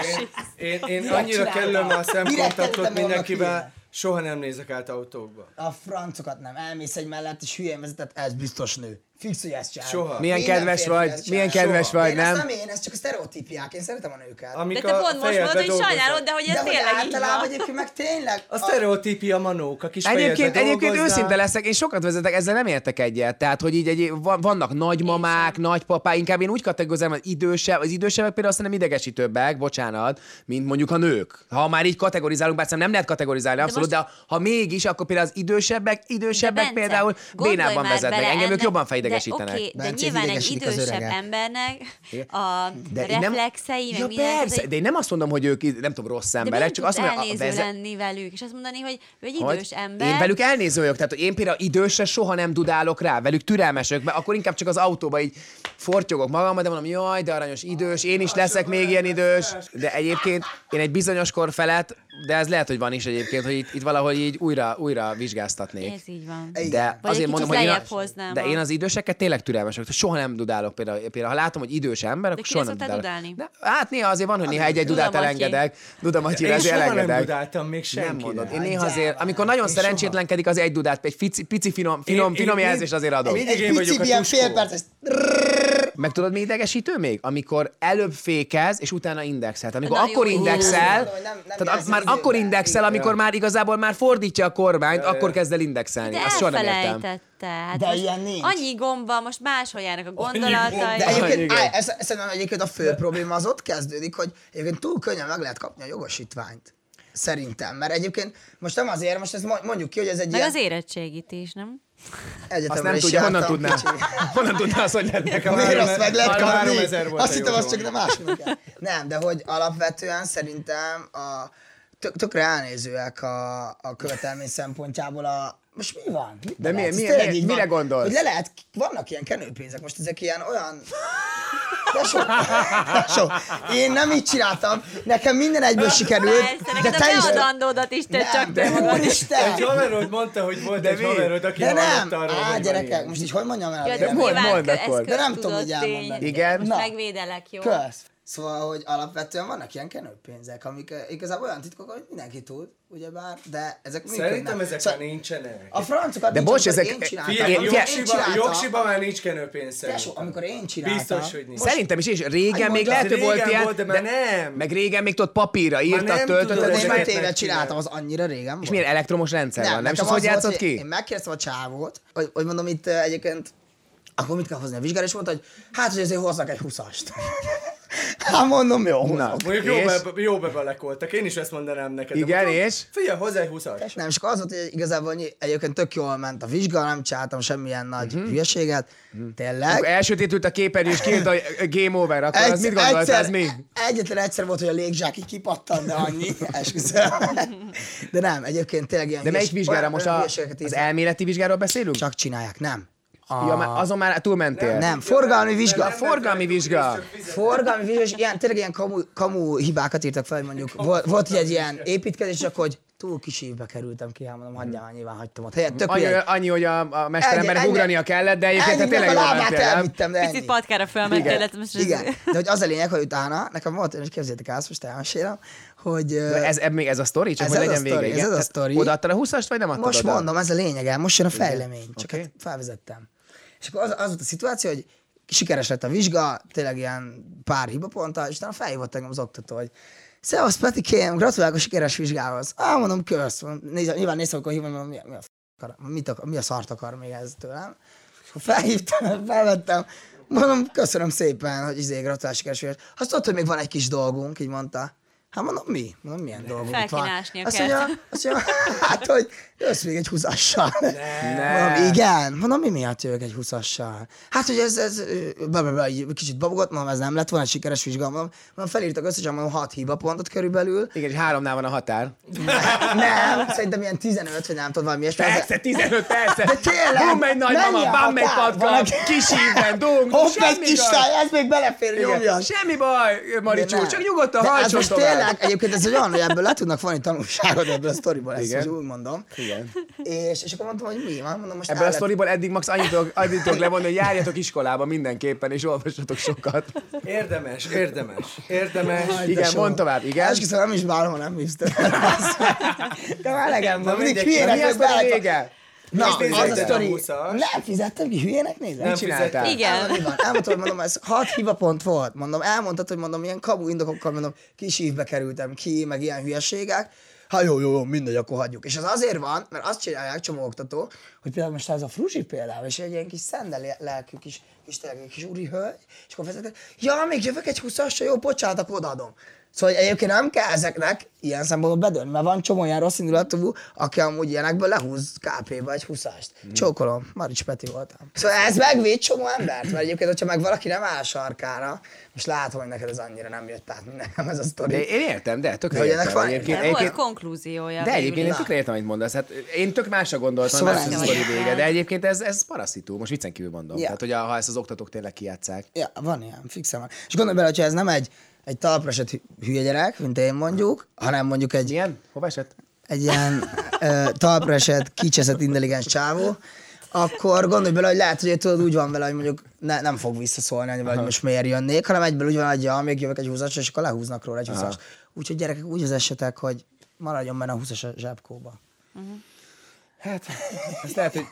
F: én, én, én
B: Mire
F: annyira
B: csináltál?
F: kerülöm a
B: Mire tettem
F: szemkontaktot
B: volna
F: mindenkivel,
B: ki?
F: soha nem nézek át autókba.
B: A francokat nem, elmész egy mellett, és hülyén vezetett, ez biztos nő. Fix, hogy ezt csinál.
F: Soha.
C: Milyen
B: Minden
C: kedves
B: férfi
C: vagy,
B: ezt csinál.
C: milyen kedves
B: Soha.
C: vagy,
B: én ezt
C: nem?
B: nem én, ez csak a sztereotípiák, én szeretem a nőket.
D: De
F: Amik
D: te pont most
F: fejedbe
D: mondod, hogy
F: dolgoznak.
D: sajnálod, de hogy
B: De
D: ez
B: hogy
D: tényleg így
B: általában
D: van.
B: egyébként meg tényleg...
F: A sztereotípia manók, a kis
C: Egyébként,
F: fejedbe
C: egyébként
F: dolgoznak.
C: őszinte leszek, én sokat vezetek, ezzel nem értek egyet. Tehát, hogy így egy, van- vannak nagymamák, nagypapák, inkább én úgy kategorizálom, az idősebb, az idősebbek például azt nem idegesítőbbek, bocsánat, mint mondjuk a nők. Ha már így kategorizálunk, bár szerintem nem lehet kategorizálni, abszolút, de,
D: most-
C: ha mégis, akkor például az idősebbek, idősebbek
D: Bence,
C: például
D: gondolj
C: bénában
D: már
C: vezetnek,
D: bele
C: engem ők
D: ennek-
C: jobban felidegesítenek.
D: De, okay, de
B: Bencét
D: nyilván egy
B: idegesítik az
D: idősebb
B: öregek.
D: embernek a
C: De én nem-
D: reflexei, meg
C: ja,
D: minden,
C: persze,
D: tehát, hogy-
C: de én nem azt mondom, hogy ők így- nem tudom, rossz
D: de
C: emberek,
D: miért
C: csak
D: tudsz
C: azt mondom, a- a
D: elnéző
C: vezet-
D: lenni velük, és azt mondani, hogy ő egy
C: Hogy?
D: idős ember.
C: Én velük elnéző vagyok, tehát hogy én például idősre soha nem dudálok rá, velük türelmes vagyok, mert akkor inkább csak az autóba így fortyogok magammal, de mondom, jaj, de aranyos idős, én is leszek még ilyen idős. De egyébként én egy bizonyos kor felett, de ez lehet, hogy van is egyébként, hogy itt, itt valahol így újra, újra vizsgáztatnék.
D: Ez így van.
C: De
D: Vagy egy
C: azért mondom, hogy
D: kicsit
C: én,
D: lejjebb hoznám
C: a, de
D: a-
C: én az időseket tényleg türelmes vagyok. Soha nem dudálok például. például ha látom, hogy idős ember, akkor
D: kire
C: soha nem
D: szoktál
C: dudálok.
D: dudálni?
C: Ne, hát néha azért van, hogy néha egy-egy dudát
D: Dudamagyi.
C: elengedek. Dudamatyi,
F: Én
C: azért
F: soha nem
C: elengedek.
F: dudáltam még
C: Nem
F: senkinek.
C: mondod. Én néha azért, amikor nagyon szerencsétlenkedik, az egy dudát, egy pici, pici finom, finom,
F: én-
C: finom
F: én-
C: jelzést azért adok.
F: én-
B: egy
F: én vagyok
B: pici
F: a
B: ilyen
F: tuskó.
B: fél perces...
C: Meg tudod, mi idegesítő még? Amikor előbb fékez, és utána indexel. Tehát Amikor
D: Na jó,
C: akkor
D: igen.
C: indexel,
B: Mondom, hogy nem- nem
C: tehát
B: jelzi
C: már
B: időben.
C: akkor indexel,
B: Igen.
C: amikor már igazából már fordítja a kormányt, akkor kezd el indexelni.
D: De
C: Azt soha nem értem.
D: elfelejtette. Hát
B: De
D: most
B: ilyen nincs.
D: Annyi gomba, most máshol járnak a
B: De
D: gondolatai.
B: egyébként,
C: igen.
B: áj, ez, ez szerintem egyébként a fő probléma az ott kezdődik, hogy egyébként túl könnyen meg lehet kapni a jogosítványt. Szerintem, mert egyébként most nem azért, most ezt mo- mondjuk ki, hogy ez egy
D: Meg
B: ilyen
D: az érettségit is, nem?
C: Azt
B: egyetemre
C: nem
B: is
C: tudja, honnan
B: jártam
C: tudná?
B: kicsit.
C: Honnan tudná azt, hogy lett nekem?
B: Miért
F: Három-
B: azt meg lehet
F: három-
B: kapni?
F: 3000 volt a
B: Azt hittem,
F: jó
B: azt csak
F: dolog.
B: nem másnak kell. Nem, de hogy alapvetően szerintem a tök, tökre elnézőek a, a követelmény szempontjából a most mi van? Mit
C: De mi-
B: nevetsz?
C: mi-
B: Tényleg
C: mi-
B: így van,
C: mire gondolsz?
B: Hogy le lehet, vannak ilyen kenőpénzek, most ezek ilyen olyan... De sok, de sok. Én nem így csináltam, nekem minden egyből sikerült,
D: Persze,
B: de
D: neked a
B: te is...
D: beadandódat is, te
B: Nem,
D: csak
B: de
D: te magad is.
B: Úristen!
F: Egy haverod mondta, hogy volt egy haverod, aki
B: De nem!
F: hallott arról, hogy
B: Á,
F: van
B: gyerekek,
F: ilyen.
B: most így hogy mondjam el? a
D: Ja,
B: véleményt?
C: mondd,
D: nyilván
C: mondd
D: kö-
C: akkor.
D: ezt
B: De nem
D: köztudott
B: tudom így elmondani.
D: tény.
C: Igen?
D: Most
B: Na.
D: megvédelek, jó?
B: Kösz. Szóval, hogy alapvetően vannak ilyen kenőpénzek, amik eh, igazából olyan titkok, hogy mindenki tud, ugyebár, de ezek
F: Szerintem
B: működnek. Szóval
F: ezek már nincsenek.
B: A francokat
C: De
B: nincs,
C: bocs,
B: amikor
C: ezek-
B: Én csináltam.
F: Figyelj,
C: Ilyen-
B: amikor én
F: jogsiba,
B: csináltam-
F: jogsiba már nincs kenőpénz
B: Tesó,
F: szerintem.
B: amikor én csináltam.
F: Biztos, hogy nincs.
C: Szerintem is, és régen
B: Hogy
C: még
B: mondtad,
C: lehet, hogy
F: régen
C: volt ilyen,
F: volt, de már nem.
C: Meg régen még tudod papírra írtad,
F: nem
C: töltötted,
F: tudod,
B: Tudod,
C: és
B: én
F: ezeket
B: már
C: meg...
B: téve
F: megcsinálni.
B: csináltam, az annyira régen volt.
C: És milyen elektromos rendszer van, nem? És
B: nekem
C: az, hogy
B: volt, hogy
C: játszott ki?
B: Én megkérdeztem a csávót, hogy, hogy mondom itt eh, egyébként, akkor mit kell hozni a vizsgára, és mondta, hogy hát, hogy azért hoznak egy huszast. hát mondom, jó, hozok.
C: És?
F: Mondjuk jó, be, jó bebelekoltak, én is ezt mondanám neked. de
C: Igen,
F: mondom,
C: és?
F: Figyelj, hozzá egy 20
B: Nem, és akkor az volt, hogy igazából annyi- egyébként tök jól ment a vizsga, nem csináltam semmilyen nagy hülyeséget,
C: Mhm. Akkor
B: tényleg.
C: Elsötétült a képernyő, és kiírta, hogy ö, game over, akkor az mit gondolsz, ez mi?
B: egyetlen egyszer volt, hogy a légzsák így kipattan, de annyi, esküszöm. De nem, egyébként tényleg ilyen
C: De melyik
B: hülyes-
C: vizsgára
B: olyan-
C: most
B: olyan
C: a,
B: hülyeségeket
C: az
B: írtam.
C: elméleti vizsgáról beszélünk?
B: Csak csinálják, nem. A...
C: Ja, már azon már túlmentél.
B: Nem, forgalmi vizsga.
C: A forgalmi vizsga.
B: Forgalmi vizsga, és ilyen, tényleg ilyen kamu, kamu hibákat írtak fel, hogy mondjuk volt, volt egy ilyen építkezés, csak hogy túl kis évbe kerültem ki, hát mondom, hagyjál, már, nyilván hagytam ott. Helyett, tök
C: Annyi,
B: mindegy.
C: annyi, hogy a, a mesterembernek
B: Ennyi-
C: ugrania kellett, de egyébként hát
B: Ennyinek
C: tényleg
B: a
C: jól
B: lábát
C: mentél, nem?
B: elvittem, de
D: Picit
B: ennyi.
D: patkára fölmentél,
C: Igen.
D: lehet, most ez-
B: Igen, de hogy az a lényeg, hogy utána, nekem volt, és képzeljétek el, ezt most elmesélem, hogy... ö,
C: Ez, ez még ez a sztori, csak
B: Ez
C: hogy
B: az a
C: legyen vége.
B: sztori, ez
C: igen.
B: az a
C: Tehát
B: sztori.
C: Odaadtad a 20-ast, vagy nem adtad
B: Most
C: oda?
B: mondom, ez a lényege, most jön a fejlemény, csak
C: Oké.
B: hát felvezettem. És akkor az, az volt a szituáció, hogy sikeres lett a vizsga, tényleg ilyen pár hibaponttal, és utána felhívott engem az oktató, hogy Szevasz, Petikém, gratulálok a sikeres vizsgához. Á, mondom, kösz. Mondom, Néz, nyilván néztem, akkor hívom, mondom, mi, a- mi, a, f- akar, mit akar, mi a szart akar még ez tőlem. És akkor felhívtam, felvettem, mondom, köszönöm szépen, hogy izé, gratulálok sikeres vizsgához. Azt tudod, hogy még van egy kis dolgunk, így mondta. Hát mondom, mi? Mondom, milyen dolgunk van?
D: Felkínálásnia
B: Azt
D: kell.
B: mondja, azt mondja, hát, hogy jössz még egy húzassal. Mondom, igen. Mondom, mi miatt jövök egy húzassal? Hát, hogy ez, ez ö, bla, bla, bla, így kicsit babogott, mondom, ez nem lett volna egy sikeres vizsgám. Mondom, mondom, felírtak összesen, mondom, hat hiba pontot körülbelül.
C: Igen, és háromnál van a határ.
B: Nem, szerintem ilyen 15, vagy nem tudom, valami ilyesmi.
C: Persze, 15 persze.
B: De tényleg,
C: Bum egy
B: mennyi
C: nagymama,
B: a
C: bam egy
B: határ?
C: patka,
B: Valaki-
C: kis íven, dung,
B: Hopp, egy
C: semmi
B: kis
C: gond.
B: táj, ez még belefér,
C: Igen.
B: nyomjas.
C: Semmi baj,
B: De
C: Maricsú,
B: nem.
C: csak nyugodtan
B: De ez
C: hajtson
B: most
C: tovább.
B: tényleg, egyébként ez egy olyan, hogy ebből le tudnak vonni tanulságot ebből a sztoriból, ezt
C: Igen.
B: most úgy mondom.
C: Igen.
B: És, és akkor mondtam, hogy mi van, mondom, most
C: Ebből a
B: el lett-
C: sztoriból eddig max annyit tudok, annyit tudok levonni, hogy járjatok iskolába mindenképpen, és olvassatok sokat.
F: Érdemes, érdemes, érdemes.
B: de
C: Igen,
B: sok.
C: mondd tovább, igen.
B: Esküszöm, nem is bárhol nem hívsz tőle. De már legem van,
F: Na
B: mindig
F: mindegy,
B: hülyének
C: Mi a
B: vagy
C: sztori
B: belek-
C: vége?
B: Na,
F: Most
B: az a
F: nézzétek el a
B: sztori.
F: 20-as.
B: Nem fizettem ki, hülyének nézel?
F: Nem
B: Mit csinál?
F: fizettem.
D: Igen.
B: Elmondom, elmondtam, hogy mondom, ez hat hibapont volt. Mondom, elmondtad, hogy mondom, ilyen kamu indokokkal, mondom, kis évbe kerültem ki, meg ilyen hülyeségek. Ha jó, jó, jó, mindegy, akkor hagyjuk. És az azért van, mert azt csinálják csomó oktató, hogy például most ez a fruzsi például, és egy ilyen kis szendel lelkű kis, kis, tényleg egy kis úri hölgy, és akkor vezetek, ja, még jövök egy 20 jó, bocsánat, akkor odaadom. Szóval hogy egyébként nem kell ezeknek ilyen szempontból bedőlni, mert van csomó ilyen rossz indulatú, aki amúgy ilyenekből lehúz KP-be egy húszást. Mm. Csókolom, Marics Peti voltam. Szóval ez megvéd csomó embert, mert egyébként, hogyha meg valaki nem áll a sarkára, most látom, hogy neked ez annyira nem jött át, mint nekem ez a
C: De
B: sztori.
C: én értem, de tökre
B: Hogy ennek
C: értem.
B: van-
C: Egyébként,
D: De volt
C: egyébként,
D: konklúziója.
C: de
D: végül
C: egyébként én
D: is.
C: tökre értem, amit mondasz. Hát én tök másra gondoltam,
B: Szóval
C: szóval ez a
B: ez
C: sztori
D: olyan.
C: vége, de egyébként ez, ez paraszitú, most viccen kívül mondom.
B: Ja.
C: Tehát, hogy a, ha ezt az oktatók tényleg kijátszák.
B: Ja, van ilyen, fixen van. És gondolj bele, hogyha ez nem egy, egy talpra esett hü- hülye gyerek, mint én mondjuk, hanem mondjuk egy
C: Milyen? Hova esett?
B: egy ilyen ö, talpra esett, kicseszett, intelligens csávó, akkor gondolj bele, hogy lehet, hogy ő tudod, úgy van vele, hogy mondjuk ne, nem fog visszaszólni, annyira, hogy most miért jönnék, hanem egyből úgy van, hogy ja, még jövök egy húzas, és akkor lehúznak róla egy húzas. Úgyhogy gyerekek, úgy vezessetek, hogy maradjon benne a húzas a zsebkóba.
C: Hát, ezt lehet, hogy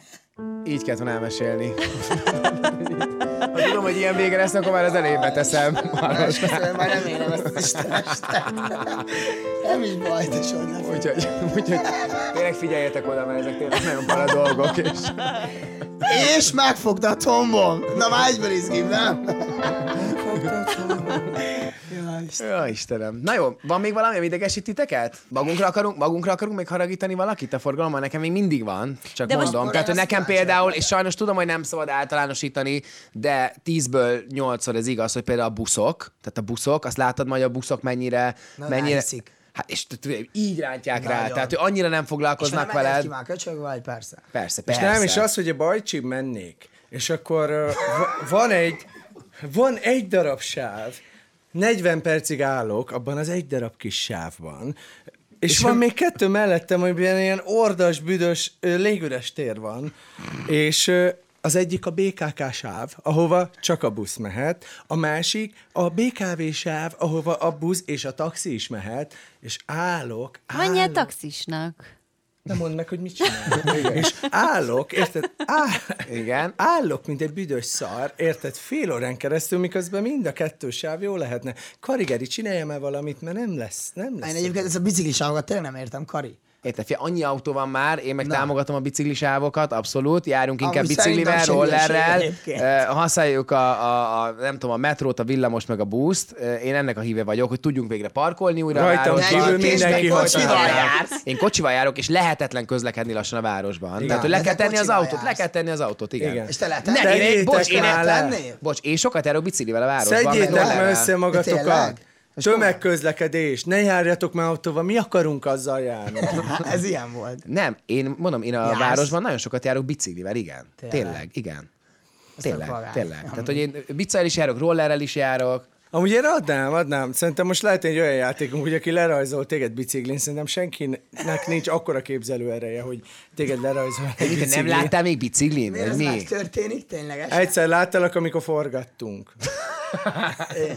C: így kellett volna elmesélni. Ha tudom, hogy ilyen vége lesz, akkor már az elébe teszem. Maros.
B: Köszönöm, már nem érem ezt az Istenes. Nem is baj, te sajnálom.
C: Úgyhogy, úgyhogy tényleg figyeljetek oda, mert ezek tényleg nagyon para dolgok. És...
B: És megfogta a tombom. Na már egyből izgim, nem? Jaj.
D: Istenem.
C: Ja, Istenem. Na jó, van még valami, ami idegesít titeket? Magunkra akarunk, magunkra akarunk még haragítani valakit a forgalomban? Nekem még mindig van, csak
D: De
C: de
D: most-
C: mondom.
B: Akkor
C: Tehát, hogy
B: én
C: nekem
B: azt kíváncsi
C: például, és sajnos tudom, hogy nem szabad általánosítani, de tízből nyolcszor ez igaz, hogy például a buszok, tehát a buszok, azt látod majd a buszok mennyire...
B: Na,
C: mennyire
B: ráhiszik.
C: Hát, és tudod, így rántják rá,
B: Nagyon.
C: tehát ő annyira nem
B: És már
C: foglalkoznak
B: megyek
C: veled.
B: Ki már köcsög vagy, persze.
C: Persze,
F: És
C: persze.
F: nem is az, hogy a bajcsi mennék, és akkor ö, va- van egy, van egy darab sáv, 40 percig állok abban az egy darab kis sávban, és, és van még kettő mellettem, amiben ilyen ordas, büdös, ö, légüres tér van, és ö, az egyik a BKK sáv, ahova csak a busz mehet, a másik a BKV sáv, ahova a busz és a taxi is mehet, és állok,
D: Menjél
F: állok,
D: taxisnak.
F: nem mondd meg, hogy mit csinál. és állok, érted? Áll,
C: Igen.
F: Állok, mint egy büdös szar, érted? Fél órán keresztül, miközben mind a kettő sáv jó lehetne. Karigeri, csinálja már valamit, mert nem lesz, nem lesz.
B: Én egyébként ezt a bicikliságokat tényleg nem értem, Kari.
C: Érted, fia, annyi autó van már, én meg Na. támogatom a biciklisávokat, abszolút, járunk inkább
B: Amúgy
C: biciklivel,
B: szerintem sem
C: rollerrel,
B: hülyeség egyébként.
C: eh, használjuk a, a, a, nem tudom, a metrót, a villamost, meg a buszt, eh, én ennek a híve vagyok, hogy tudjunk végre parkolni újra
F: Rajtam
C: a városban.
B: kívül
C: Én
B: mindenki
C: kocsival
B: használja.
C: jársz. Én kocsival járok, és lehetetlen közlekedni lassan a városban. Igen. Tehát, hogy le
B: de
C: kell
B: te
C: tenni az
B: kocsival
C: autót, le
B: jársz.
C: kell tenni az autót, igen.
F: Igen.
C: igen.
B: És te lehet
C: Ne, én, én,
F: Tegyétek
C: bocs, én,
F: már le.
B: Tennél?
C: bocs, én sokat járok biciklivel a városban. meg
F: Szedjétek már
C: rollerrel.
F: össze magatokat!
B: Tényleg? És
F: Tömegközlekedés, ne járjatok már autóval, mi akarunk azzal járni?
B: Hát, Ez ilyen volt.
C: Nem, én mondom, én a
B: Jársz?
C: városban nagyon sokat járok biciklivel, igen. Tényleg, igen. tényleg,
B: nem vagány.
C: tényleg. Tehát, hogy én biciklivel is járok, rollerrel is járok.
F: Amúgy én adnám, adnám. Szerintem most lehet egy olyan játékunk, hogy aki lerajzol téged biciklin, szerintem senkinek nincs akkora képzelő ereje, hogy téged lerajzol egy
C: Te nem
F: biciklin.
C: láttál még biciklin?
B: Miért
C: vagy
B: ez
C: mi?
B: már történik tényleg?
F: Egyszer láttalak, amikor forgattunk.
C: Nem,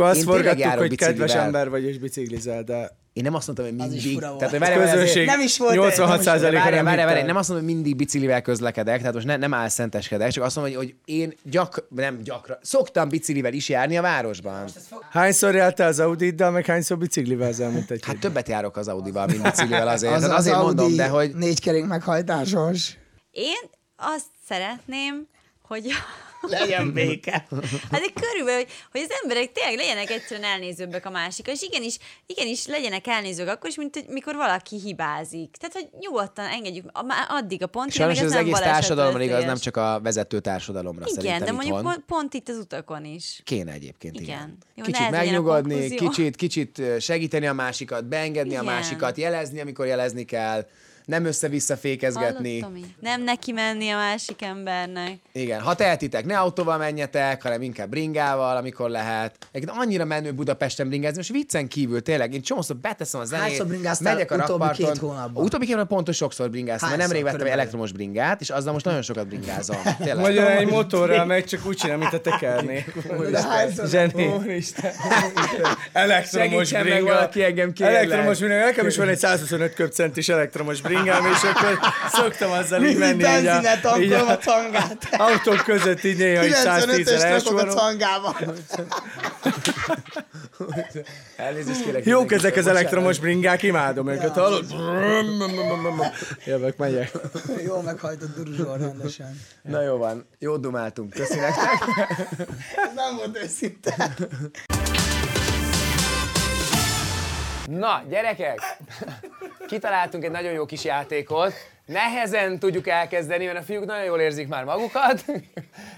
C: én
F: azt
C: tényleg
F: forgattuk,
C: járok
F: hogy kedves
C: biciklivel.
F: ember vagy és biciklizel, de
C: Én nem azt mondtam, hogy
B: Az is
C: mindig.
B: fura volt.
C: Tehát, hogy
F: a
C: várjál, várjál,
F: közönség
B: nem is volt- nem is volt-
F: 86%-a
C: Várjál,
F: nem
C: várjál,
F: hitte
C: várjál,
F: el.
C: nem azt mondom, hogy mindig biciklivel közlekedek, tehát most ne, nem álszenteskedek, csak azt mondom, hogy, hogy én gyakran, nem gyakran, szoktam biciklivel is járni a városban.
F: Hányszor jártál az Audiddal, meg hányszor biciklivel az elmúlt egy
C: Hát
F: hét?
C: többet járok az Audival, mint biciklivel azért. Az, azért mondom, de hogy...
B: Négy kerék meghajtásos.
D: Én azt szeretném, hogy...
B: Legyen béke.
D: Hát de körülbelül, hogy, hogy az emberek tényleg legyenek egyszerűen elnézőbbek a másik, és igenis, igenis legyenek elnézők akkor is, mint hogy mikor valaki hibázik. Tehát, hogy nyugodtan engedjük a- már addig a pontig,
C: Sajnos
D: amíg
C: ez az
D: nem
C: egész
D: baleset
C: társadalomra igaz,
D: veszélyes.
C: nem csak a vezető társadalomra
D: Igen,
C: szerintem
D: de mondjuk
C: itthon.
D: pont, pont itt az utakon is.
C: Kéne egyébként, igen.
D: Igen. Jó, ne
C: kicsit
D: ez legyen a
C: megnyugodni,
D: konklúzió.
C: kicsit, kicsit ö, segíteni a másikat, beengedni
D: Igen.
C: a másikat, jelezni, amikor jelezni kell, nem össze-vissza fékezgetni.
D: Hallottam én. Nem neki menni a másik embernek.
C: Igen, ha tehetitek, ne autóval menjetek, hanem inkább bringával, amikor lehet. Egyébként annyira menő Budapesten bringázni, most viccen kívül tényleg, én csomószor beteszem a zenét,
B: Hányszor bringáztál
C: megyek a
B: utóbbi
C: rakparton.
B: két hónapban?
C: Utóbbi két hónapban pontos sokszor bringáztam, mert
B: Hányszor
C: nemrég vettem egy
B: körülbelül?
C: elektromos bringát, és azzal most nagyon sokat bringázom. Tényleg.
F: Magyar egy motorral megy, csak úgy csinál, mint a tekerné. Zseni. Elektromos
C: Segítsen meg
F: bringa.
C: valaki engem, kérlek.
F: Elektromos bringa. Nekem is van egy 125 köbcentis elektromos bringám, és akkor szoktam azzal így
B: Mindig
F: menni. így a-
B: benzinet
F: így
B: tankolom
F: a-
B: a tangát.
F: autók között így néha is
B: 95-ös
F: 110
B: rakok a
F: elsúrom.
B: tangába.
C: Elnézést kérek.
F: Jók
C: mindenkitől,
F: ezek az
C: bocsánat.
F: elektromos bringák, imádom őket. Hallod? Jövök, megyek.
B: Jó meghajtott duruzsor rendesen.
C: Na jó van, jó dumáltunk. Köszönöm.
B: Ez nem volt őszinte.
C: Na, gyerekek! Kitaláltunk egy nagyon jó kis játékot. Nehezen tudjuk elkezdeni, mert a fiúk nagyon jól érzik már magukat,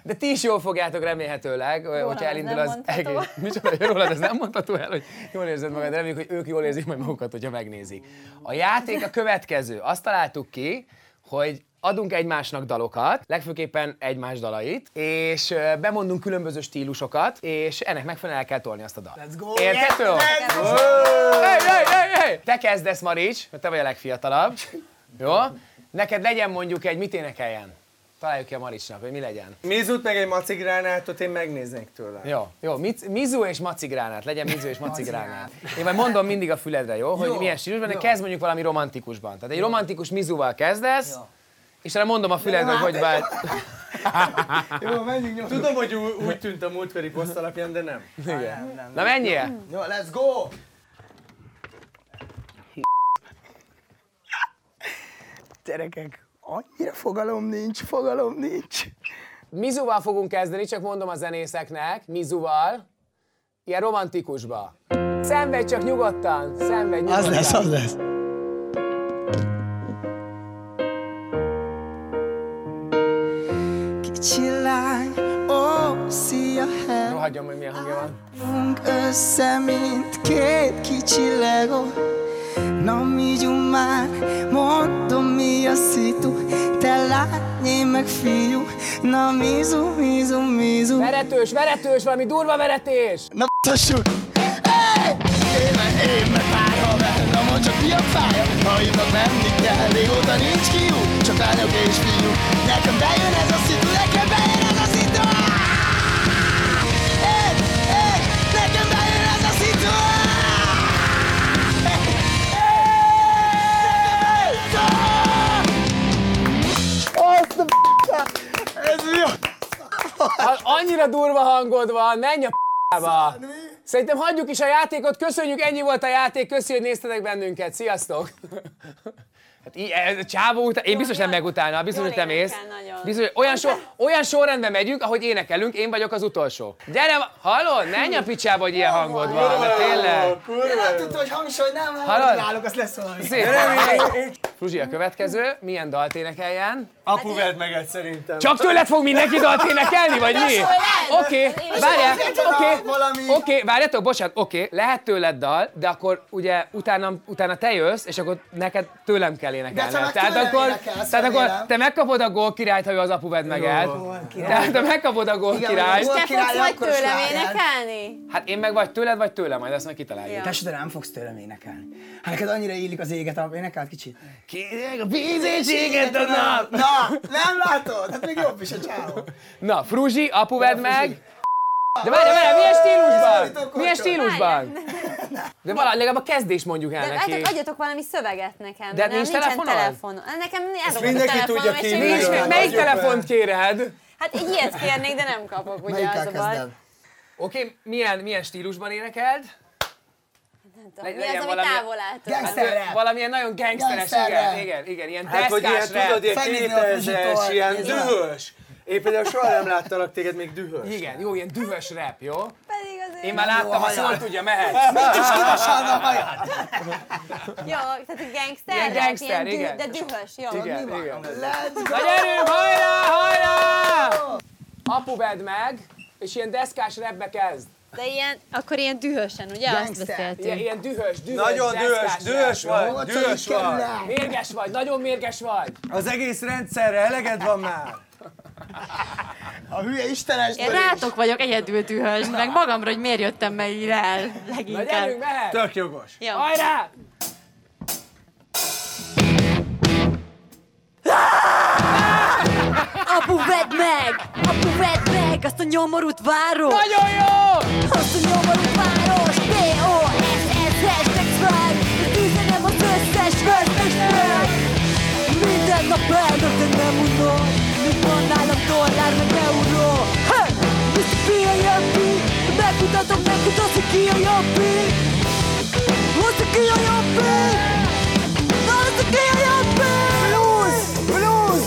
C: de ti is jól fogjátok remélhetőleg, Rólam hogyha
D: ez
C: elindul
D: nem
C: az
D: mondható.
C: egész. Micsoda, rólad ez nem mondható el, hogy jól érzed magad, reméljük, hogy ők jól érzik majd magukat, hogyha megnézik. A játék a következő. Azt találtuk ki, hogy adunk egymásnak dalokat, legfőképpen egymás dalait, és ö, bemondunk különböző stílusokat, és ennek megfelelően el kell tolni azt a dalt. Let's go! Érthető? Hey, hey, hey, hey! Te kezdesz, Marics, mert te vagy a legfiatalabb. Jó? Neked legyen mondjuk egy, mit énekeljen. Találjuk ki a Maricsnak, hogy mi legyen.
F: Mizut meg egy macigránátot, én megnéznék tőle.
C: Jó, jó. Mic- Mizu és macigránát. Legyen Mizu és macigránát. Én majd mondom mindig a füledre, jó? Hogy milyen stílusban, de kezd mondjuk valami romantikusban. Tehát egy romantikus Mizuval kezdesz, és erre mondom a füledre, hogy hogy vált.
F: Jó, menjünk nyomjuk. Tudom, hogy ú- úgy tűnt a múltkori poszt alapján, de nem.
C: Na menjél!
F: Jó, let's go!
B: Gyerekek, annyira fogalom nincs, fogalom nincs.
C: Mizuval fogunk kezdeni, csak mondom a zenészeknek. Mizuval. ilyen romantikusba. Szenvedj csak nyugodtan, szenvedj nyugodtan.
B: Az lesz, az lesz.
G: Kicsi lány, ó, szia, hát
C: Rohadjon, hogy milyen hangja van.
G: össze, mint két kicsi legó. Na, mi már, mondom, mi a szitu, te lány, én meg fiú. Na, mizu, mizu, mizu.
C: Veretős, veretős, valami durva veretés!
G: Na, b***assuk! Hey! Éve, éve, párha vel, na mondd csak mi a fája? Ha jövök menni kell, régóta nincs kiú, csak lányok és fiú. Nekem bejön ez a szitu, nekem bejön ez a szitu! Ah! Hey, hey, nekem bejön ez a szitu! Ah! Hey, hey, nekem bejön ez a
C: A- Annyira durva hangod van, menj a p***ába! Szerintem hagyjuk is a játékot, köszönjük, ennyi volt a játék, köszi, hogy néztetek bennünket, sziasztok! Hát i- ez a csávó után, én biztos nem megutálna, biztos, hogy te
D: Jól
C: mész.
D: énekel nagyon.
C: Biztos, hogy olyan, sor, olyan sorrendben megyünk, ahogy énekelünk, én vagyok az utolsó. Gyere, hallod? Ne nyomj a picsába, hogy ilyen hangod van, de tényleg.
B: Nem tudta, hogy hangsúly nem,
C: Hallod?
B: hallod? az lesz valami.
C: Szép. Fruzsi, a következő, milyen dalt énekeljen?
B: Hát
F: Apu vedd meg egy szerintem.
C: Csak tőled fog mindenki dalt énekelni, vagy mi?
B: szóval
C: Oké, várjál, oké, oké, várjatok, bocsánat, oké, lehet tőled dal, de akkor ugye utána, utána te jössz, és akkor neked tőlem kell énekelni.
B: De te meg
C: Tehát
B: tőlem
C: akkor,
B: énekelsz,
C: tehát akkor
B: remélem.
C: te megkapod a gól királyt, ha ő az apu vedd meg el. Tehát te megkapod a gól királyt.
D: Te fogsz majd
B: akkor is
D: tőlem
B: várjál.
D: énekelni?
C: Hát én meg vagy tőled, vagy tőlem, majd ezt meg kitaláljuk.
B: Tesó, de nem fogsz tőlem énekelni. Hát neked annyira illik az éget, a énekelt kicsit.
C: Kérlek a vízéséget a nap!
B: Na, nem látod? Hát még jobb is a csávó.
C: Na, Fruzsi, apu vedd meg! De várj, várj, milyen stílusban? Milyen stílusban? De valahogy legalább a kezdés mondjuk el
D: De hát
C: neki.
D: adjatok valami szöveget nekem.
C: De
D: nem,
C: nincs
D: nincsen
C: telefonod?
D: telefonon. Hát Nekem elrobott a
F: mindenki
D: telefonom,
F: tudja
D: és
F: ki,
D: én
F: mi
C: Nincs,
D: nem-
F: Adjuk
C: melyik
F: be.
C: telefont kéred?
D: Hát egy ilyet kérnék, de nem kapok, ugye az a
B: Melyikkel
D: baj.
B: kezdem?
C: Oké, milyen, milyen stílusban énekeld?
D: Nem tudom,
C: Legy-
D: Mi
C: legyen
D: az, ami
C: valami-
D: távol áll tőlem?
B: Gangster rap.
C: Valamilyen nagyon gangsteres,
B: Gangster
C: igen,
B: rap.
C: igen, igen, ilyen
F: Hát, hogy ilyen,
C: deszkás rap.
F: tudod, ilyen
B: Fenyegetni a
F: 2000-es,
B: fizsitort,
F: ilyen
B: igen.
F: dühös. Én például soha nem láttalak téged még dühös.
C: Igen, jó, ilyen dühös rap, jó?
D: Hát Pedig azért...
C: Én már láttam, azt jól tudja, mehet. Hát,
D: Jó, tehát egy gangster,
C: Ilyen
D: rap,
C: gangster,
D: ilyen dű-
C: igen.
D: de dühös, jó.
C: Igen, igen. Nagy erő, hajrá, hajrá! Apu vedd meg, és ilyen deszkás rapbe kezd.
D: De ilyen, akkor ilyen dühösen, ugye? Azt
B: Gangster.
C: Ilyen,
D: beszéltünk.
C: ilyen dühös, dühös,
F: Nagyon dühös,
C: deszkás
F: dühös
C: rap, jó?
F: vagy, dühös vagy.
C: Mérges vagy, nagyon mérges vagy.
F: Az egész rendszerre eleged van már.
B: A hülye istenes.
D: Én rátok vagyok egyedül dühös, meg magamra, hogy miért jöttem meg ide el
C: Na
D: leginkább.
C: gyerünk, mehet!
F: Tök jogos.
D: Jó.
C: Hajrá!
D: Apu, vedd meg! Apu, vedd meg! Azt a nyomorút várom!
C: Nagyon jó!
D: Azt a nyomorút város! B.O.S.S. hashtag strike! És üzenem az összes vörös meg! Minden nap eldönt, de nem unom Mint van nálam dollár, meg euró Hey! Mr. B.A.M.B. Megmutatom neked azt, hogy ki a jobbi Azt, hogy ki a jobbi Azt, hogy ki a jobbi Blues! Blues!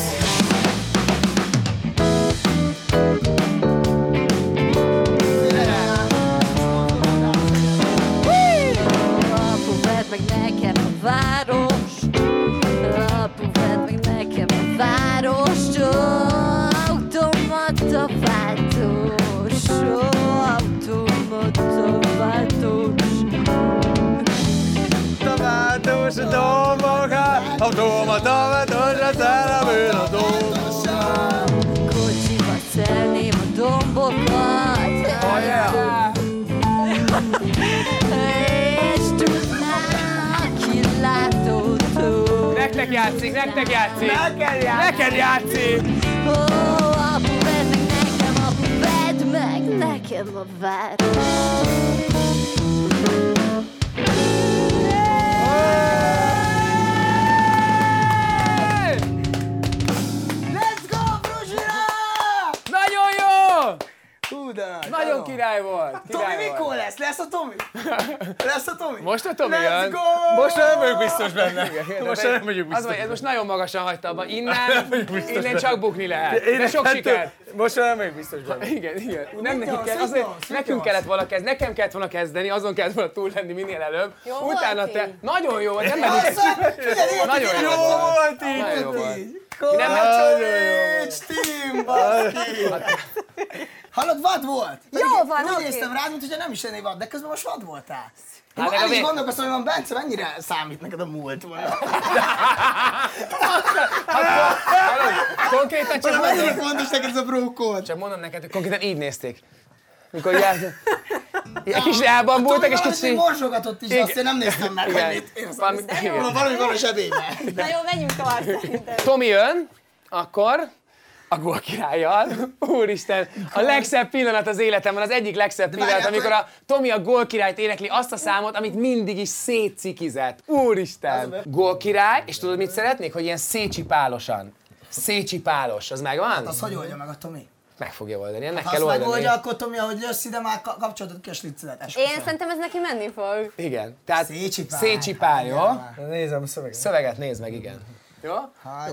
D: Apu, vedd meg nekem a város Apu, vedd meg nekem a város Ó, Automata váltós Ó, Automata váltós
F: Tomátos a dolgoká, a doma tomátos a szerelműn a dolgoká.
D: Kocsiba szelném a dombokat És tudnám kilátótól
C: Nektek játszik, nektek játszik! Neked játszik! Neked játszik!
D: Ó, apu, vedd meg nekem, apu, vedd meg nekem a város.
C: Nagyon jó!
B: Hú, de nagy.
C: Nagyon király volt!
B: Tomi
C: Király volt.
B: Mikó
F: lesz, lesz a Tomi! Lesz a Tomi!
H: Most a Tomi
F: Let's
H: jön.
F: go!
H: Most már nem vagyok biztos benne.
F: Igen,
H: Most
F: de-
H: már nem vagyok
C: Az
H: biztos
C: vagy, ez
H: benne.
C: most nagyon magasan hagyta abba.
H: Nem
C: Innen,
H: vagyok biztos
C: innen
H: benne.
C: csak bukni lehet. De
H: Én
C: sok
H: ettől-
C: sikert.
F: Most már nem vagyok biztos benne.
C: Igen, igen. Nem nekik
F: az,
C: kell,
F: mit
C: azért,
F: az, mit
C: nekünk
F: az?
C: kellett volna kezdeni, nekem kellett volna kezdeni, azon kellett volna túl lenni minél előbb.
D: Jó volt
C: Utána te...
D: így.
C: Nagyon jó, volt, nem mennék.
B: Szóval,
C: Nagyon jó
F: Jó
C: volt.
F: volt
C: Nagyon jó
F: így!
C: volt.
F: Nem Kovács Tim, baszki!
B: Hallod, vad volt? Pedig
D: Jó van,
B: Úgy
D: oké.
B: néztem rád, mintha nem is lennél vad, de közben most vad voltál. Hát
C: meg
B: el
C: a
B: is
C: vég-
B: gondolkoztam, hogy van Bence, mennyire számít neked a múlt. Hát, Mondom,
C: Konkrétan csak mondom,
B: Mennyire fontos neked ez a brókod?
C: csak mondom neked, hogy konkrétan így nézték. Mikor jár... Egy kis
B: Ah,
C: lábban voltak, és kicsi...
B: Morsogatott is, de azt én nem néztem meg, hogy mit érsz.
C: Valami- igen.
B: Valami van a zsebében.
D: Na jó, menjünk tovább szerintem.
C: Tomi jön, akkor a gól királlyal. Úristen, a legszebb pillanat az életemben, az egyik legszebb pillanat,
B: várjál,
C: amikor a Tomi a gól királyt énekli azt a számot, amit mindig is szétcikizett. Úristen, gól király, és tudod mit szeretnék? Hogy ilyen szécsipálosan. Szécsipálos, az megvan?
B: Az hogy oldja meg a Tomi?
C: Meg fogja oldani, ennek
B: Ha
C: kell
B: azt
C: oldani.
B: megoldja, akkor Tomi, ahogy jössz ide, már ka- kapcsolódod ki a slicedet.
D: Én szerintem ez neki menni fog.
C: Igen, tehát
B: Szécsipál.
C: Szécsipál, jó?
F: Nézem a szöveget.
C: Szöveget nézd meg, igen. Jó?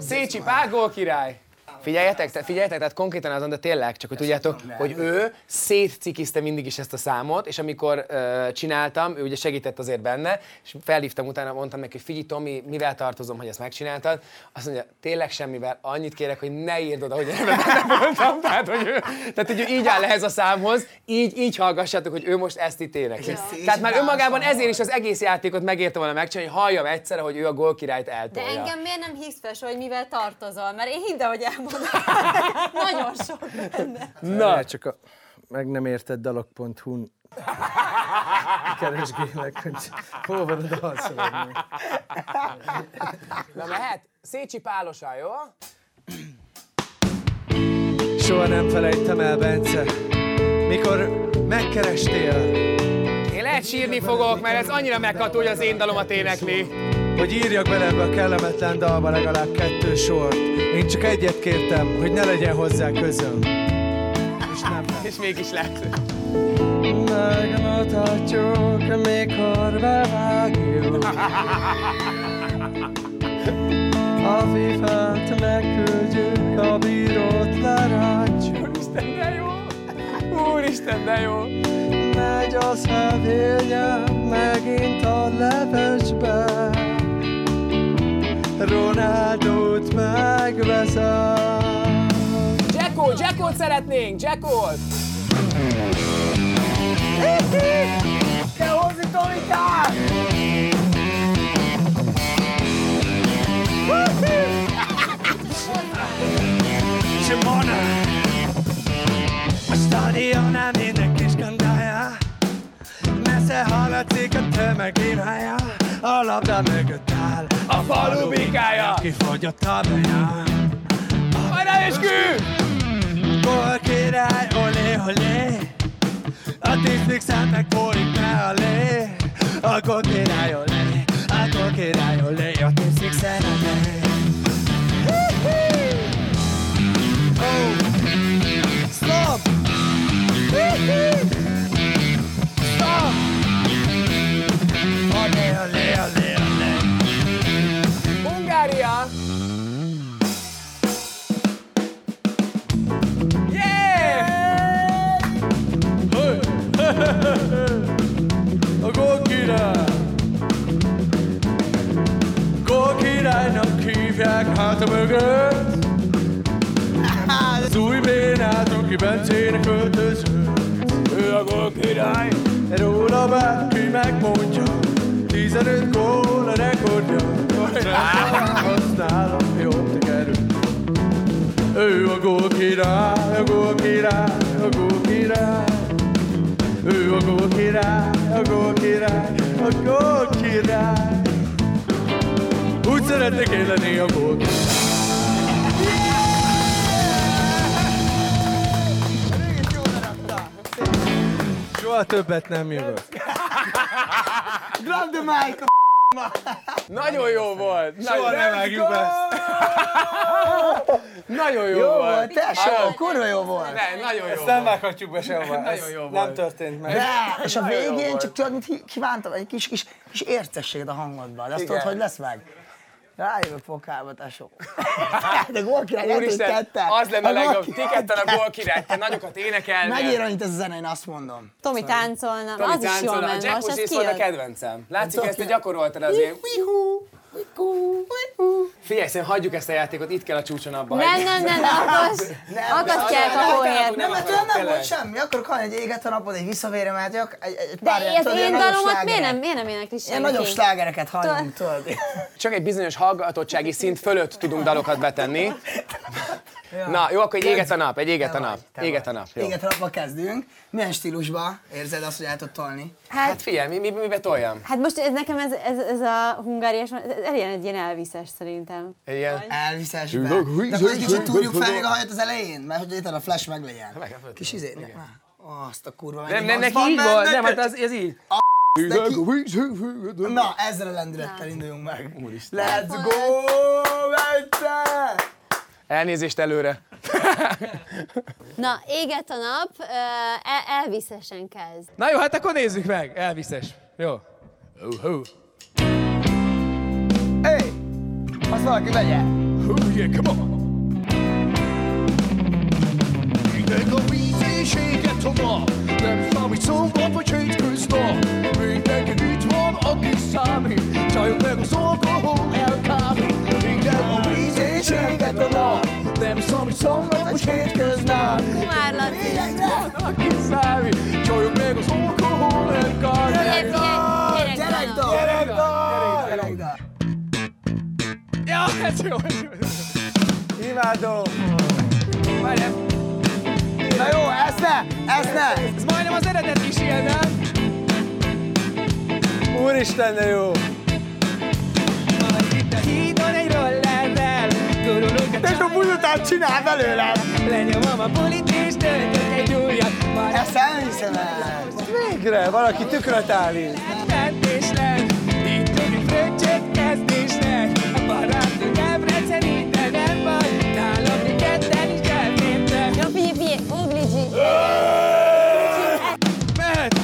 C: Szécsi Págó király! Figyeljetek, te, figyeljetek, tehát konkrétan azon, de tényleg, csak hogy tudjátok, hogy ő szétcikizte mindig is ezt a számot, és amikor ö, csináltam, ő ugye segített azért benne, és felhívtam utána, mondtam neki, hogy figyelj Tomi, mivel tartozom, hogy ezt megcsináltad? Azt mondja, tényleg semmivel, annyit kérek, hogy ne írd oda, hogy ebben benne voltam. Tehát, hogy ő, tehát, hogy ő így áll ehhez a számhoz, így, így hallgassátok, hogy ő most ezt itt énekli. Tehát már önmagában ezért is az egész játékot megérte volna megcsinálni, hogy halljam egyszerre, hogy ő a gólkirályt
D: De
C: eltolja.
D: engem miért nem hívsz fel soha, hogy mivel tartozol? Mert én hidd el, hogy elmondom. Nagyon sok.
F: Na, csak a meg nem érted dalok.hu-n keresgélek, hogy hol van a dalszöveg.
C: Na lehet? Szécsi Pálosa, jó?
F: Soha nem felejtem el, Bence, mikor megkerestél,
C: Én lehet sírni fogok, mert ez annyira megható, hogy az én dalomat énekli.
F: hogy írjak bele ebbe a kellemetlen dalba legalább kettő sort. Én csak egyet kértem, hogy ne legyen hozzá közöm. És nem lett.
C: És mégis lehet.
F: Megmutatjuk, mikor bevágjuk. A fifát megküldjük, a bírót lerántjuk.
C: Úristen, de jó! Úristen, de jó!
F: Megy az hevélyen, megint a levesbe. Ronaldót megveszem.
C: Jacko, Jackot szeretnénk! Jackot!
F: Simona A stadionán ének kis kandája Messze hallatszik a tömeg irája A labda mögött áll
C: A falu bikája!
F: Kifogyott a benyám
C: Hajrá és kő!
F: Gól király, olé, olé A tisztik szemek folyik ne a lé A gól király, olé A gól király, olé A tisztik szemek Stop! Stop! Olé, olé, olé, olé
C: Hungária! Yeah!
F: A gól király Gól királynak hívják hát a mögött Az új bénát, aki Bencének öltözött Ő a gól király Róla bárki megmondja 15 gól a rekordja Használom jobb tekerőt Ő a gól király, a gól király, a gól király ő a gól király, a gól király, a gól király. Úgy szeretnék én lenni a gól király. Soha többet nem jövök.
B: Drop the mic, a
C: Nagyon jó volt!
F: Soha
C: Nagyon-
F: nem
C: Let's
F: vágjuk be
C: go! Nagyon jó,
B: Jó
C: volt!
B: volt, tesó, kurva jó volt.
C: Ne, nagyon jó
F: Nem
C: volt.
F: vághatjuk be sehova.
C: Nagyon
F: Ez
C: jó
F: Nem
C: volt.
F: történt meg.
B: De, és a
C: Nagyon jó
B: végén
C: volt.
B: csak tudod, mit hi- kívántam, egy kis, kis, kis értességed a hangodban, de azt
C: Igen.
B: tudod, hogy lesz meg. Rájövök pokába, tesó. De gólkirály, lehet, hogy
C: Úristen,
B: tettek.
C: az lenne a legjobb. Ti
B: gólkirály
C: ketten a gól
B: tett.
C: király, te nagyokat
B: Megír
C: énekelnél.
B: annyit ez a zene, én azt mondom.
D: Tomi táncolna,
C: Tomi
D: az is jól
C: táncolna, a
D: ment, most
C: jacuzzi
D: ez
C: szólt a
D: kijött.
C: kedvencem.
F: Hát,
C: Látszik, ezt te gyakoroltad azért. Figyelj, szerintem hagyjuk ezt a játékot, itt kell a csúcson abba
D: Nem,
C: hagyni.
D: nem, nem, nem, akasz, akasztják a hóért.
B: Nem, mert
C: akarok,
B: tőlem nem
C: tényleg.
B: volt semmi, akkor hallani, hogy éget a napod, egy visszavérem átjak, hát egy, egy
D: De
B: pár ilyen,
D: én,
B: tudod,
D: én
B: ilyen nagyobb
D: dalomat miért
B: slágerek.
D: nem, miért nem énekli senki?
B: Ilyen nagyobb slágereket hallunk, tudod.
C: Csak egy bizonyos hallgatottsági szint fölött tudunk dalokat betenni. Na, jó, akkor egy éget a nap, egy éget a nap. Éget a nap, jó.
B: Éget a napba kezdünk. Milyen stílusba érzed azt, hogy el tudod tolni?
C: Hát figyelj, mi, mi, mibe toljam?
D: Hát most ez nekem ez, ez, ez a hungáriás, ez elég egy ilyen elviszes szerintem.
C: Egy ilyen...
B: Elviszes be. De akkor egy kicsit túrjuk fel még a hajat az elején, mert hogy itt a flash meg legyen. Kis izé, ne- Á, azt a kurva
C: hát, Nem,
B: mennyi basz
C: nem, neki
B: van
C: így volt,
B: benned,
C: nem, hát
B: te-
C: az, ez így.
B: Na, ezzel a lendülettel induljunk meg. Let's go, Bence!
C: Elnézést előre.
D: Na, éget a nap, ö, el- elviszesen kezd.
C: Na jó, hát akkor nézzük meg. Elviszes. Jó. Oh, oh.
B: Hey! Azt valaki vegye!
C: Oh, yeah, come on.
D: Kumár Laci. Figyelj,
B: Gyerekdal!
D: figyelj, gyerekdal.
B: Gyerekdal! Gyerekdal! Gyerekdal!
C: Ja, ez jó. ez jó.
F: Imádom.
C: Várjál,
B: Na jó, ezt ne! Ezt ne!
C: Ez majdnem az eredet is ilyen, nem?
F: Úristen, de jó.
C: Majd itt a hídon egy rollervel, gurulunk a
B: És a
C: csajjal.
B: buzutát csinál belőlem!
C: Lenyomom a bulit és töltök egy újat, majd
B: Ezt elhiszem el!
F: Végre, valaki tükröt állít.
C: Mentésnek, itt tudjuk fröccsöt kezdésnek A barátnők Debreceni, de nem baj Nálam mi ketten is elfértek
D: Na, figyelj, figyelj, Obligyi.
C: Mehet!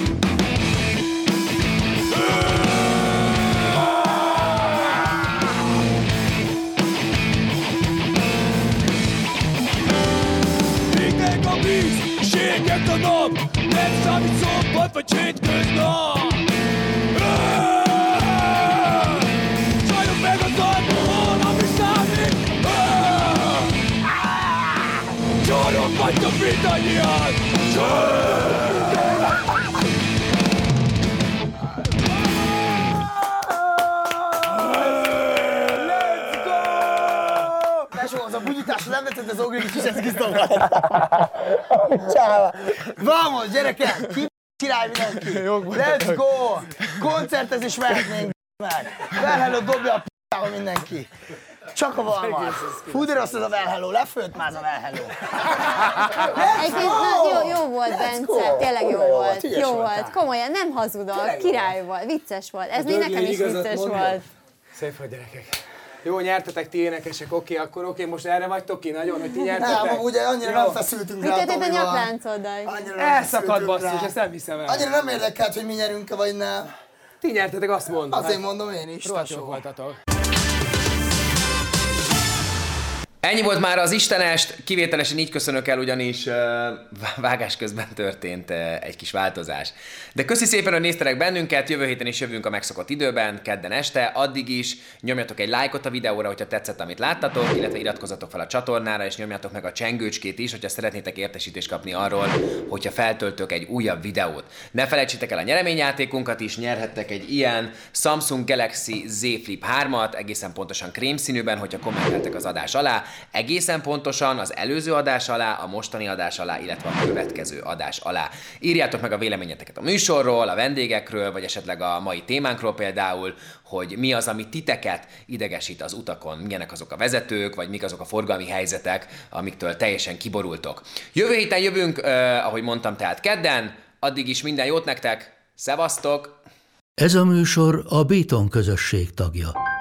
C: Égnek a víz, és égett a nap Nem számít szombat vagy hétköznap Éh! Zajlok meg az ajtóhon, ami számít Éh! Áh! Csorog vagytok mindannyian Csorog!
B: Tesó, az a bugyutásra nem vetett az ogri kiseski szobát. Csáva. Vamos, gyerekek! Ki király mindenki! Let's go! Koncertezés mehetnénk, meg! Velhello dobja a p***ába mindenki! Csak a valmas. Fúdér azt az a velhello, lefőtt már az a velhello.
D: Egyébként na, jó, jó volt, Bence,
B: go.
D: tényleg jó
B: Kurva volt,
D: volt,
B: ügyes
D: jó
B: voltál.
D: volt, komolyan, nem hazudok, király volt, vicces volt, ez még
F: Dögi
D: nekem is
F: igazat
D: vicces
F: mondott.
D: volt.
C: Szép vagy gyerekek. Jó, nyertetek ti énekesek, oké, akkor oké, most erre vagytok ki nagyon, hogy ti nyertetek.
B: Nem, ugye annyira nem feszültünk
D: Mi
B: rá
D: történt a
B: Tomival.
D: nyakláncoddal?
B: Annyira nem
C: Elszakad
B: feszültünk
C: basszus,
B: rá.
C: ezt nem hiszem el.
B: Annyira nem érdekelt, hogy mi nyerünk-e vagy nem.
C: Ti nyertetek, azt mondom.
B: Azért mondom én is.
C: Rohadt
B: tesó.
C: jók voltatok.
A: Ennyi volt már az Istenest, kivételesen így köszönök el, ugyanis uh, vágás közben történt uh, egy kis változás. De köszi szépen, hogy néztetek bennünket, jövő héten is jövünk a megszokott időben, kedden este, addig is nyomjatok egy lájkot a videóra, hogyha tetszett, amit láttatok, illetve iratkozzatok fel a csatornára, és nyomjatok meg a csengőcskét is, hogyha szeretnétek értesítést kapni arról, hogyha feltöltök egy újabb videót. Ne felejtsétek el a nyereményjátékunkat is, nyerhettek egy ilyen Samsung Galaxy Z Flip 3-at, egészen pontosan krém színűben, hogyha kommenteltek az adás alá, egészen pontosan az előző adás alá, a mostani adás alá, illetve a következő adás alá. Írjátok meg a véleményeteket a műsorról, a vendégekről, vagy esetleg a mai témánkról például, hogy mi az, ami titeket idegesít az utakon, milyenek azok a vezetők, vagy mik azok a forgalmi helyzetek, amiktől teljesen kiborultok. Jövő héten jövünk, eh, ahogy mondtam, tehát kedden, addig is minden jót nektek, szevasztok!
I: Ez a műsor a Béton közösség tagja.